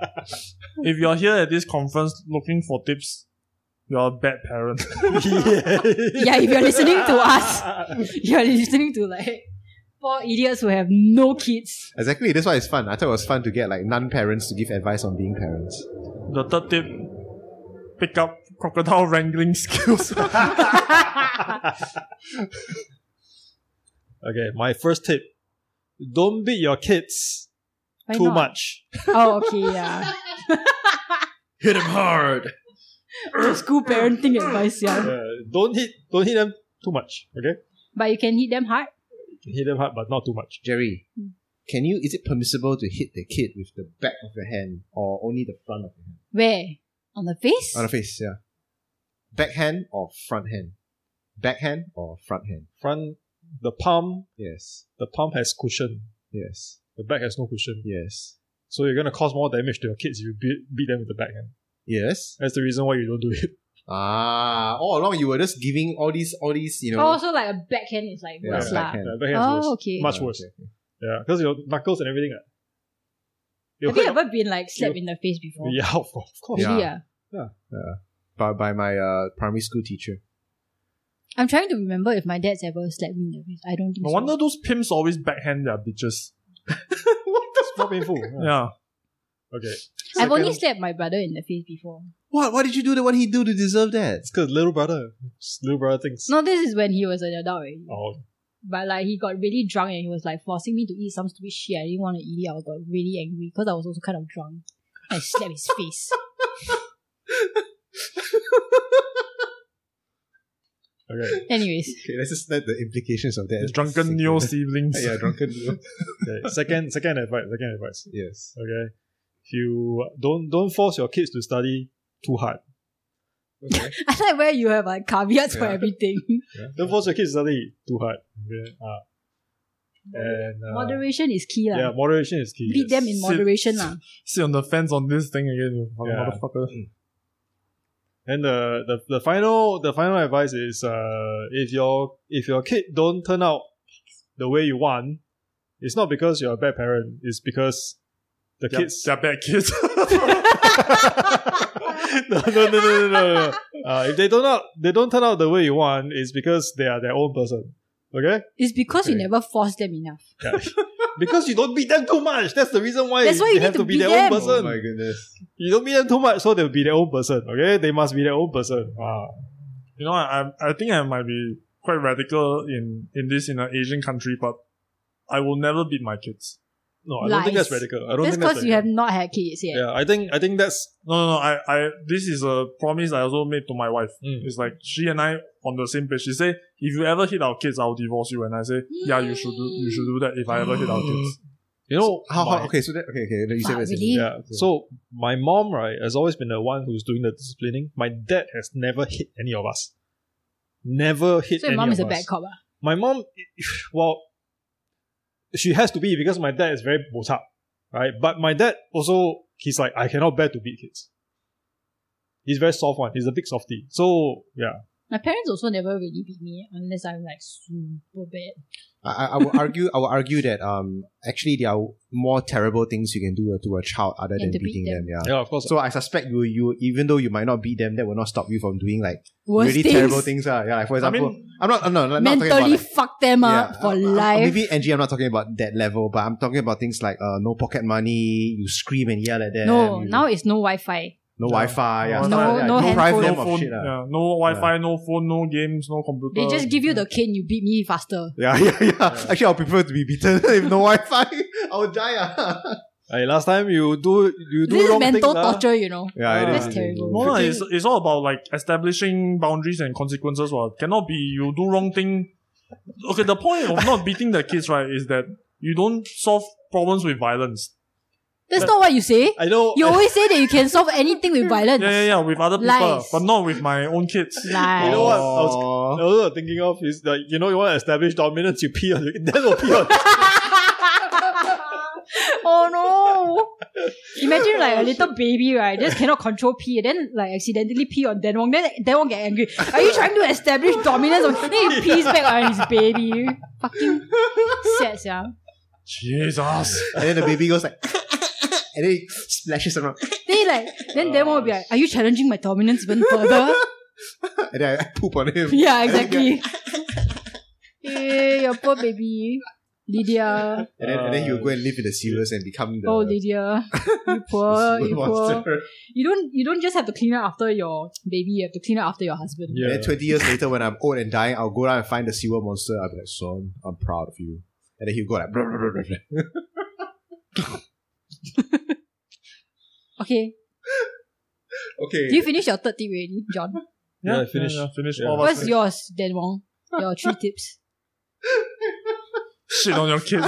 If you're here at this conference looking for tips, you're a bad parent. yeah, if you're listening to us, you're listening to like four idiots who have no kids. exactly. That's why it's fun. I thought it was fun to get like non-parents to give advice on being parents. the third tip, pick up crocodile wrangling skills. okay, my first tip: don't beat your kids Why too not? much. Oh, okay, yeah. Hit him hard. The school parenting advice, yeah. Uh, don't hit don't hit them too much. Okay, But you can hit them hard. hit them hard, but not too much. Jerry, Hmm. can you? Is it permissible to hit the kid with the back of your hand or only the front of your hand? Where? On the face? On the face, yeah. Backhand or front hand? Backhand or front hand? Front the palm Yes. the palm has cushion. Yes. The back has no cushion. Yes. So you're gonna cause more damage to your kids if you beat, beat them with the backhand. Yes. That's the reason why you don't do it. Ah, all along you were just giving all these, all these, you know. Oh, so like a backhand is like Yeah, worse lah. backhand. Yeah, backhand's Oh, worse. okay. Much Oh, worse. okay. Yeah, because your knuckles and everything. uh, it'll Have you hurt ever been like slapped in the face before? your- Yeah, of course. Of course. Yeah. Really, ah? By, by my uh, primary school teacher. I'm trying to remember if my dad's ever slapped me in the face. I don't think no so. wonder those pimps always backhand their bitches. It's not painful. Yeah. Yeah. Okay. I've only Second- slapped my brother in the face before. What? What did you do? To, what did he do to deserve that? It's because little brother. It's little brother thinks. No, this is when he was an adult already. Oh, But like he got really drunk and he was like forcing me to eat some stupid shit. I didn't want to eat it. I got really angry because I was also kind of drunk. I slapped his face. okay. Anyways, Okay, let's just let the implications of that. Drunken neo siblings. yeah, drunken neo. okay. Second, second advice. Second advice. yes. Okay. If you don't don't force your kids to study too hard. I like where you have like caveats for Yeah. everything. Don't force your kids to study too hard. Okay. Uh, and uh, moderation is key lah. Yeah, moderation is key. Beat yes. them in Sit- moderation lah. Sit on the fence on this thing again, you mother- Yeah. Mm. motherfucker. And the, the the final the final advice is uh if your if your kid don't turn out the way you want, it's not because you're a bad parent, it's because the They're- kids They're bad kids. no, no, no, no, no, no, no. Uh, if they don't out, they don't turn out the way you want, it's because they are their own person. Okay? It's because you Okay. never force them enough. Yeah. because you don't beat them too much. That's the reason why, That's why you they need have to to, be beat their them. Oh own person. my goodness. you don't beat them too much, so they'll be their own person. Okay? They must be their own person. Ah. you know, I I- I think I might be quite radical in in this in an Asian country, but I will never beat my kids. No, I don't think Lies. that's radical. I don't That's think that's because you have radical. not had kids yet. Yeah, I think I think that's No, no, no. I, I this is a promise I also made to my wife. Mm. It's like she and I on the same page. She say, if you ever hit our kids, I'll divorce you. And I say, yeah, you should do you should do that if I ever Mm. hit our kids. you know How, my- how? Okay, so that. Okay, okay. no, You said Wow, that. really? Yeah. So my mom, right, has always been the one who's doing the disciplining. My dad has never hit any of us. Never hit So any your mom of is a us. bad cop. ah. My mom, well, she has to be because my dad is very botak, right? But my dad also, he's like, I cannot bear to beat kids. He's very soft one. He's a big softy. So yeah, My parents also never really beat me unless I'm like super bad. I, I- I would argue. I would argue that um, actually there are more terrible things you can do to a child other Yeah, than to beat beating them. Yeah. yeah, of course. So I suspect you, you even though you might not beat them, that will not stop you from doing like Worst really things. terrible things. Uh, yeah. Like, for I example, mean, I'm not. I'm not. I'm not talking about, Mentally like, fuck them up Yeah, for uh, uh, life. Maybe Angie, I'm not talking about that level, but I'm talking about things like uh, no pocket money. You scream and yell at them. no, you- now it's no Wi-Fi. no Yeah. Wi-Fi. Yeah, No- stuff like that. no Deprive handphone. them no of phone, shit, uh. ah. yeah, no Wi-Fi, no phone, no games, no computer. They just give you the cane, you beat me faster. Yeah, yeah, yeah. Actually, I'll prefer to be beaten if no Wi Fi. I'll die. ah. Hey, last time you do you do This is wrong things, mental ah. torture, you know. Yeah, it Ah. is. That's it is. terrible. No, lah, Freaking- it's, it's all about like establishing boundaries and consequences. Well, cannot be you do wrong thing. Okay, the point of not beating the kids, right, is that you don't solve problems with violence. That's not what you say. I know. You always say that you can solve anything with violence. Yeah, yeah, yeah, with other people, Lies. but not with my own kids. Lies. You know what? I was- Aw. I was thinking of is like you know you want to establish dominance, you pee on your then will pee on. oh no! Imagine like a little baby, right? Just cannot control pee, and then like accidentally pee on Dan Wong. Then Dan Wong get angry. Are you trying to establish dominance? Or then he pees back on his baby. Fucking sad, yeah. Jesus. and then the baby goes like, and then it splashes around. Then he like, then Dan Wong will be like, "Are you challenging my dominance even further?" And then I, I poop on him. yeah, exactly. hey, your poor baby, Lydia. And then, and then he'll go and live in the sewers and become the Oh, Lydia, you the poor, sewer you poor. monster. You don't you don't just have to clean up after your baby, you have to clean up after your husband. Yeah. And then 20 years later, when I'm old and dying, I'll go down and find the sewer monster. I'll be like, son, I'm proud of you. And then he'll go like, blah, blah, blah, blah, blah. Okay. okay. Do you finish your third tip already, John? Yeah, I finished. Yeah, finish. Yeah. All of us What's yours, Dan Wong? Your three tips. Shit on your kid.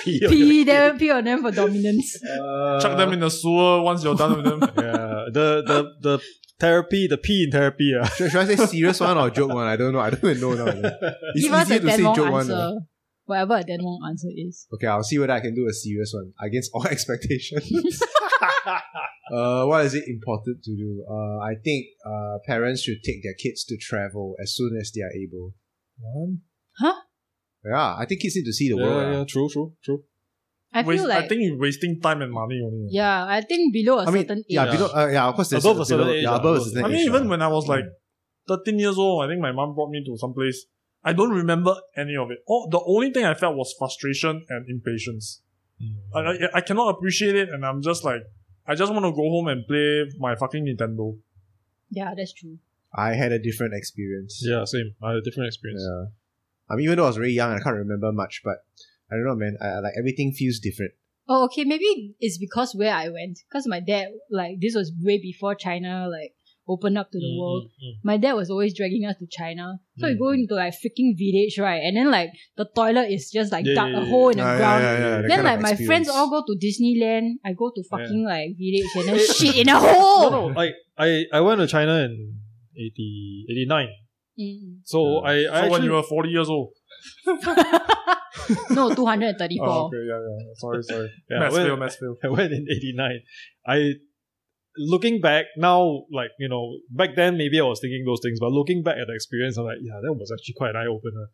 pee on P your- them P on them for dominance. Uh, Chuck them in the sewer once you're done with them. Yeah, the the the therapy, the pee in therapy. ah. Should, should I say serious one or joke one? I don't know. I don't even know now. It's Give us easier a to say Dan Wong joke one. answer. though. Whatever a Dan Wong answer is. Okay, I'll see whether I can do a serious one against all expectations. uh, what is it important to do? Uh, I think uh, parents should take their kids to travel as soon as they are able. Huh? Yeah, I think kids need to see the world. yeah, ah. yeah, true, true, true. I feel Waste- like I think you're wasting time and money only. Yeah, I think below a I mean, certain age. yeah, age. below, uh, yeah, of course, there's Above a certain below- age, Yeah, ah, above a above a certain I certain mean, age, even ah. when I was like 13 years old, I think my mom brought me to some place. I don't remember any of it. All, the only thing I felt was frustration and impatience. I, Mm. I, I cannot appreciate it, and I'm just like, I just want to go home and play my fucking Nintendo. Yeah, that's true. I had a different experience. Yeah, same. I had a different experience. Yeah. I mean, even though I was very young, I can't remember much, but I don't know, man. I, I- like everything feels different. Oh, okay. Maybe it's because where I went. Because my dad, like, this was way before China, like, opened up to Mm, Mm-hmm. the world. my dad was always dragging us to China. So we go into like freaking village, right? And then like the toilet is just like Yeah, dug yeah, a yeah, hole in the Ah, yeah, ground. yeah, yeah, that Then kind of like my experience. friends all go to Disneyland. I go to fucking like village and then shit in a hole. No, no, I, I, I went to China in 80, 89. Mm. So I, I So when actually, you were 40 years old. no, two hundred and thirty-four. Oh, okay, yeah, yeah. Sorry, sorry. yeah, mass when- fail, mass fail. I went in 89. I, looking back now, like, you know, back then maybe I was thinking those things, but looking back at the experience, I'm like, yeah, that was actually quite an eye opener.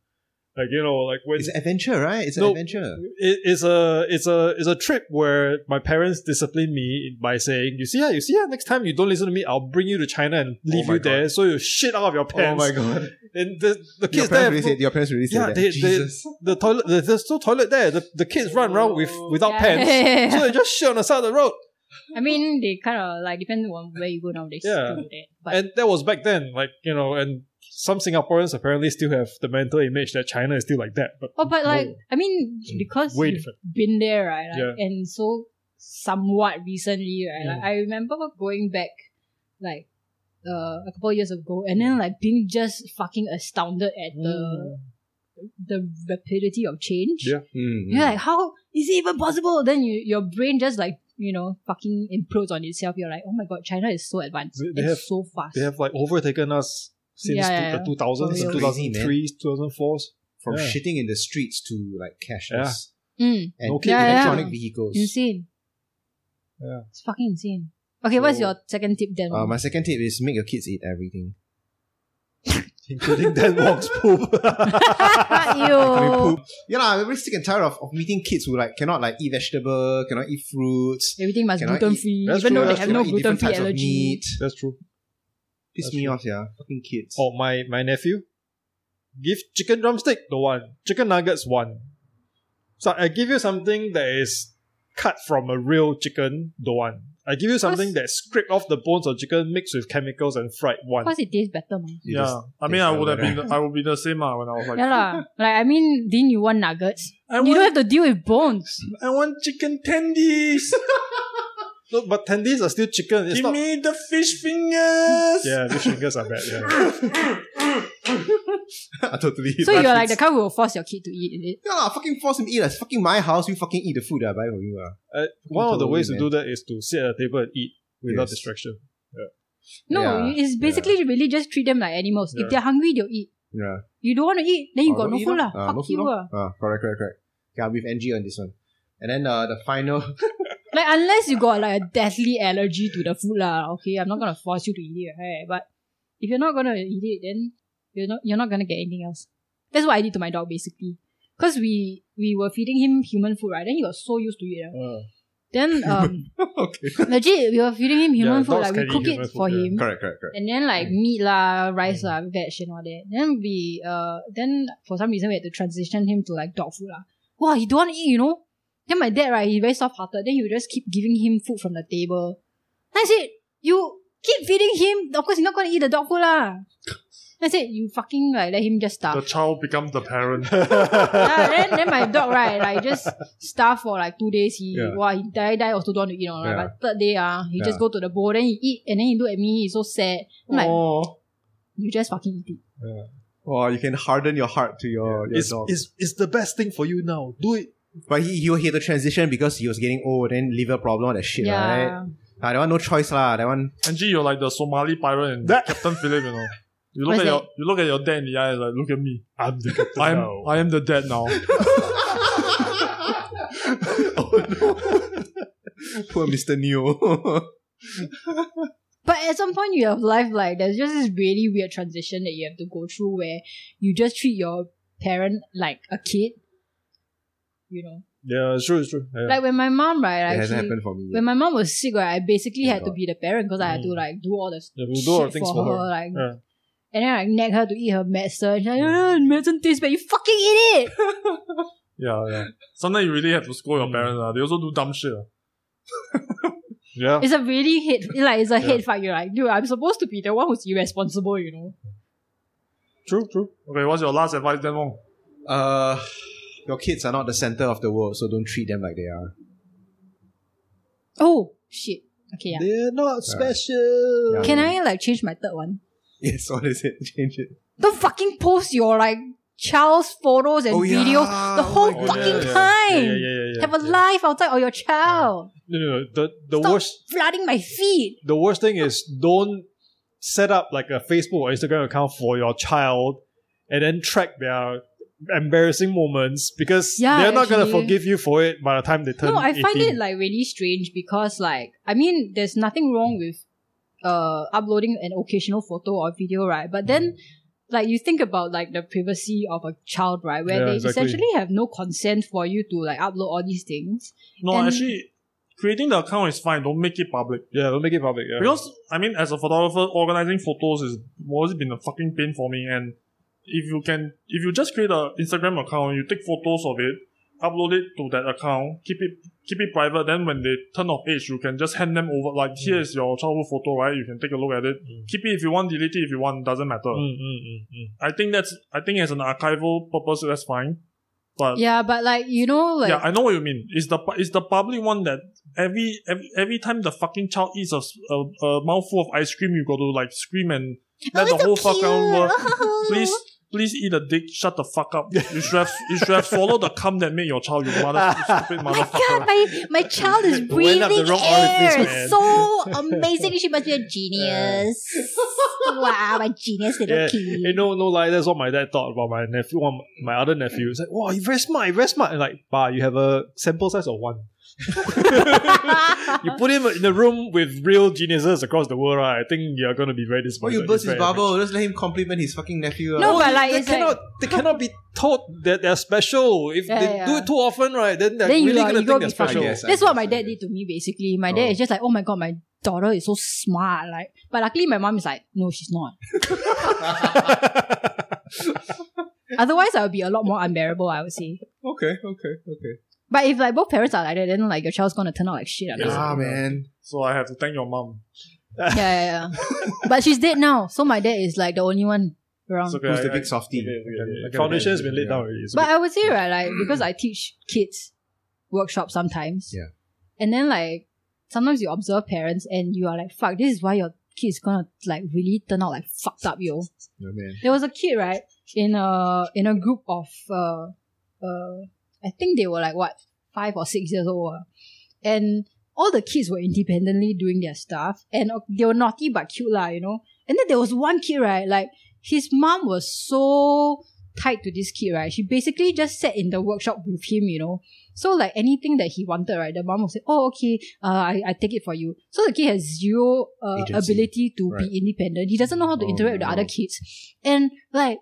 Like, you know, like when It's an adventure, right? It's an No. adventure. it, it's a it's a it's a trip where my parents discipline me by saying, "You see, ah, you see, ah, next time you don't listen to me, I'll bring you to China and leave my you God. there, so you shit out of your pants." god! And the, Your the kids parents there, really said. Your parents really said yeah, that. they- they- Jesus. the toilet, the, there's no toilet there. The, the kids run around with Oh, without pants, so they just shit on the side of the road. I mean, they kind of like depend on where you go nowadays. Yeah. Yeah. Do that. But and that was back then, like you know, and some Singaporeans apparently still have the mental image that China is still like that. But oh, but like no. I mean, because way you've different. been there, right? Like, And so somewhat recently, right? Like, I remember going back like uh, a couple of years ago and then like being just fucking astounded at Mm. the the rapidity of change. Yeah. Mm, mm. You're Hmm. like, how is it even possible? Then you, your brain just like, you know, fucking implodes on itself. You're like, oh my god, China is so advanced. They- they it's have- so fast. they have like overtaken us since Yeah, two- yeah, yeah. the 2000s, For real. 2003s, 2004s. From Yeah. shitting in the streets to like cashless Mm, and Okay. Yeah, yeah. electronic vehicles. insane. Yeah. It's fucking insane. Okay, what's So- your second tip then? Uh, my second tip is make your kids eat everything. including Dan Wong's poop. Oh. I mean, Ew. poop. Yeah, lah, I'm very sick and tired of, of meeting kids who like cannot like eat vegetable, cannot eat fruits, Everything must Cannot gluten free, That's even true, though they that's have true. no cannot eat gluten different free types of allergy. meat. That's true. Piss That's me true. off, yeah. Fucking kids. Oh, my my nephew, give chicken drumstick the one, chicken nuggets one. So I give you something that is cut from a real chicken, don't want. I give you something Cause- that's scraped off the bones of chicken, mixed with chemicals and fried one. Because it tastes better, man. You yeah, just- I mean, uh, I would have taste been, I would be the same ah, when I was like, Yeah lah. Like I mean, didn't you want nuggets? I You don't have to deal with bones. I want chicken tendies. No, but tendies are still chicken. It's Give not. me the fish fingers. Yeah, fish fingers are bad. Yeah. I totally. So you're like the kind who will force your kid to eat, is it? Yeah, lah, fucking force him to eat. It's fucking my house. You fucking eat the food that I buy for you. ah. Uh, one of the Totally, ways to man. do that is to sit at a table and eat without Yes. distraction. No, Yeah, it's basically really just treat them like animals. Yeah. If they're hungry, they'll eat. Yeah. You don't want to eat, then you Ah, got don't no eat food lah. Ah, lah. Fuck no food you lah. lah. Ah, correct, correct, correct. Yeah, with NG on this one. And then uh, the final. Like unless you got like a deathly allergy to the food lah. Okay, I'm not gonna force you to eat it, right? But if you're not gonna eat it, then you're not you're not gonna get anything else. That's what I did to my dog basically. Cause we we were feeding him human food, right? Then he got so used to it. ah. Then um okay. legit we were feeding him human Yeah, food, dogs like we can eat cook human it food, for yeah. Mm. him. Correct, correct, correct. And then like meat lah, rice lah, veg and all that. Then we uh then for some reason we had to transition him to like dog food lah. Wow, he don't want to eat, you know. Then my dad right, he very soft hearted. Then he would just keep giving him food from the table. Then I said, you keep feeding him. Of course, he's not gonna eat the dog food lah. Then I said, you fucking like let him just The starve. child becomes the parent. yeah, then, then my dog right, like just starve for like two days. He Yeah. wow, he die die also don't want to eat on. Yeah. But third day ah, he just go to the bowl. Then he eat and then he look at me. He's so sad. I'm like oh. you just fucking eat it. oh, you can harden your heart to your, your It's, dog. it's, it's the best thing for you now. Do it. but he, he had to transition because he was getting old, then liver problem, all that shit, right? Ah, that one no choice lah. That one. And G, you're like the Somali pirate and That- Captain Philip, you know. You look What's at your that? you look at your dad in the eye and like, look at me. I'm the captain I'm now. I am the dad now. oh no. Poor Mr. Neo. But at some point in your life, like there's just this really weird transition that you have to go through where you just treat your parent like a kid. You know, yeah, it's true, it's true. Yeah. like when my mom, right? it Actually, hasn't happened for me. yet. when my mom was sick, right, I basically Thank had to Oh God. Mm. be the parent because I had to like do all the Yeah, we shit do all the things for, her, like. Yeah. And then I like, nag her to eat her medicine. She's like, Mm. "Ah, medicine tastes bad. You fucking eat it. yeah, yeah. Sometimes you really have to scold Hmm. your parents. Uh. They also do dumb shit. ah. yeah. It's a really hate. Like it's a hate fight. You're like, dude, I'm supposed to be the one who's irresponsible. You know. True, true. Okay, what's your last advice then, Wong? Uh, your kids are not the center of the world, so don't treat them like they are. Oh shit. Okay. Yeah. They're not special. Yeah. Can I like change my third one? Yes, what is it? Change it. Don't fucking post your like child's photos and Oh, yeah. videos the whole Oh, yeah, fucking yeah, yeah. time. Yeah, yeah, yeah, yeah, Have a yeah. life outside of your child. No, no, no. The, the Stop worst flooding my feed. the worst thing is don't set up like a Facebook or Instagram account for your child and then track their embarrassing moments because Yeah, they're not gonna actually. forgive you for it by the time they turn. No, I find 18. it like really strange because like I mean there's nothing wrong with uh uploading an occasional photo or video, right? But then like you think about like the privacy of a child, right? Where Yeah, they exactly. essentially have no consent for you to like upload all these things. No, And- actually creating the account is fine. Don't make it public. yeah, don't make it public. Yeah. Because I mean, as a photographer, organizing photos is always been a fucking pain for me. And if you can, if you just create an Instagram account, you take photos of it, upload it to that account, keep it keep it private. Then when they turn of age, you can just hand them over. Like here is your childhood photo, right? You can take a look at it. Mm. Keep it if you want, delete it if you want. Doesn't matter. Mm, mm, mm, mm. I think that's I think as an archival purpose, that's fine. But Yeah, but like you know like yeah, I know what you mean. It's the pu- it's the public one that every every, every time the fucking child eats a, s- a, a mouthful of ice cream, you got to like scream and let Oh, the whole fucking world. Please, please eat a dick. Shut the fuck up. You should have you should have swallowed the cum that made your child your mother you stupid God, motherfucker. my, my child is Went breathing up the wrong air. orifice, man. It's so amazing. She must be a genius. wow, my genius little Yeah. kid. Hey, no, no lie. That's what my dad thought about my nephew. One, my other nephew. He's like, "Wow, you very smart. You very smart." And like, "Bah, you have a sample size of one. You put him in a room with real geniuses across the world. Right? I think you're gonna be very Oh, disappointed. you burst He's his very bubble. Just let him compliment his fucking nephew. No, ah. but like they it's cannot like, they cannot be taught that they're special. If Yeah, they yeah. do it too often, right, then they're then you really are, gonna you think gonna they're be fucking. special. Yes, I That's what guess, my I dad guess. did to me. Basically, my dad Oh. is just like, oh my god, my daughter is so smart. Like, but luckily, my mom is like, no, she's not. Otherwise, I would be a lot more unbearable. I would say. okay, okay, okay. But if like both parents are like that, then like your child's gonna turn out like shit. I guess. Ah, man. So I have to thank your mom. Yeah, yeah, yeah. but she's dead now, so my dad is like the only one around. It's okay, Who's I- the big I- softie? okay, okay, okay. I can Foundation has been imagine, laid yeah. down already. It's But I would say right, like because I teach kids workshop sometimes. Yeah. And then like sometimes you observe parents and you are like, fuck, this is why your kid's gonna like really turn out like fucked up, yo. Yeah, man. There was a kid, right, in a in a group of uh uh I think they were like what, five or six years old. ah. And all the kids were independently doing their stuff and uh, they were naughty but cute lah, you know. And then there was one kid, right, like his mom was so tied to this kid, right? She basically just sat in the workshop with him, you know. So like anything that he wanted, right, the mom would say, Oh, okay, uh, I, I take it for you. So the kid has zero uh, Agency. ability to Right. be independent. He doesn't know how to Oh, interact with the no. other kids. And like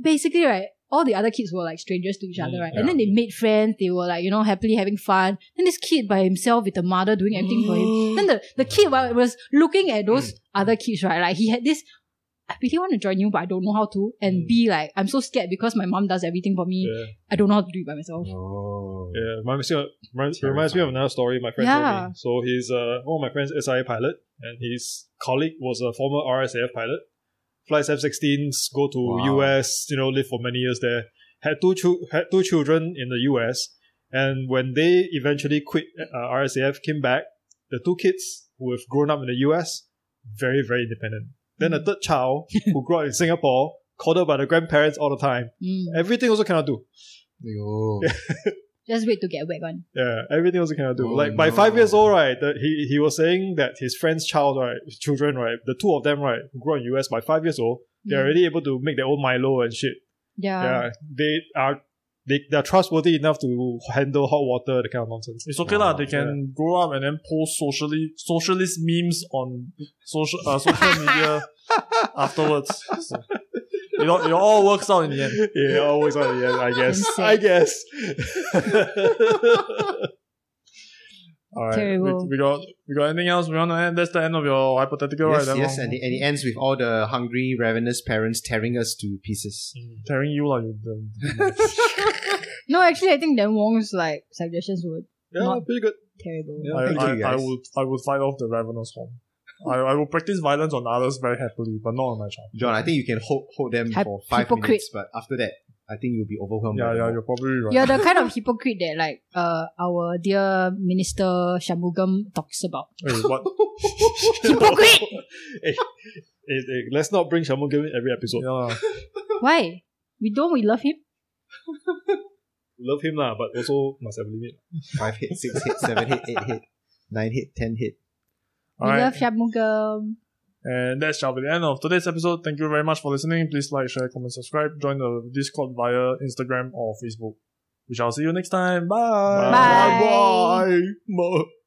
basically right, all the other kids were like strangers to each other, Mm, right? And then they made friends, they were like, you know, happily having fun. Then this kid by himself with the mother doing everything for him. Then the, the kid while it was looking at those other kids, right? Like he had this I really want to join you, but I don't know how to. And Mm. be like, I'm so scared because my mom does everything for me. yeah, I don't know how to do it by myself. Oh. yeah. Reminds me, of, reminds, reminds me of another story my friend Yeah. told me. So he's uh, one of my friends SIA pilot, and his colleague was a former RSAF pilot. Flies F-16s, go to Wow. US, you know, live for many years there. Had two chil- had two children in the US, and when they eventually quit uh, RSAF, came back, the two kids who have grown up in the US, very very independent. Then the third child who grew up in Singapore, coddled by the grandparents all the time, Mm. everything also cannot do. Yo. Just wait to get wet on. Yeah, everything else you cannot do. Oh, like by no. five years old, right? The, he he was saying that his friend's child, right, children, right, the two of them, right, who grew in US by five years old, they're Mm. already able to make their own Milo and shit. Yeah. yeah, they are they they're trustworthy enough to handle hot water, that kind of nonsense. It's okay lah. They can grow up and then post socially socialist memes on social uh, social media afterwards. So, it, all, it all works out in the end. yeah, always on the end, I guess. I guess. All right. Terrible. We, we got we got anything else we want to end? That's the end of your hypothetical, right? yes, That yes, long- and it, and it ends with all the hungry, ravenous parents tearing us to pieces. tearing you like you. the- No, actually, I think Dan Wong's like suggestions were yeah, Not- pretty good. terrible. Yeah. I, Thank I, you, I guys. would I would fight off the ravenous one. I, I will practice violence on others very happily, but not on my child. John, I think you can hold, hold them Hy- for five hypocrite. minutes, but after that, I think you'll be overwhelmed. Yeah, by yeah, them. you're probably right. You're the kind of hypocrite that like uh our dear minister Shamugam talks about. Wait, what? Hypocrite! hey, hey, hey, let's not bring Shaman Gilman every episode. Yeah. Why? We don't we love him? Love him lah, but also must have a limit. Five hit, six hit, seven hit, eight hit, nine hit, ten hit. All we right. love Shamugam. And that shall be the end of today's episode. Thank you very much for listening. Please like, share, comment, subscribe. Join the Discord via Instagram or Facebook. We shall see you next time. Bye. Bye. Bye. Bye.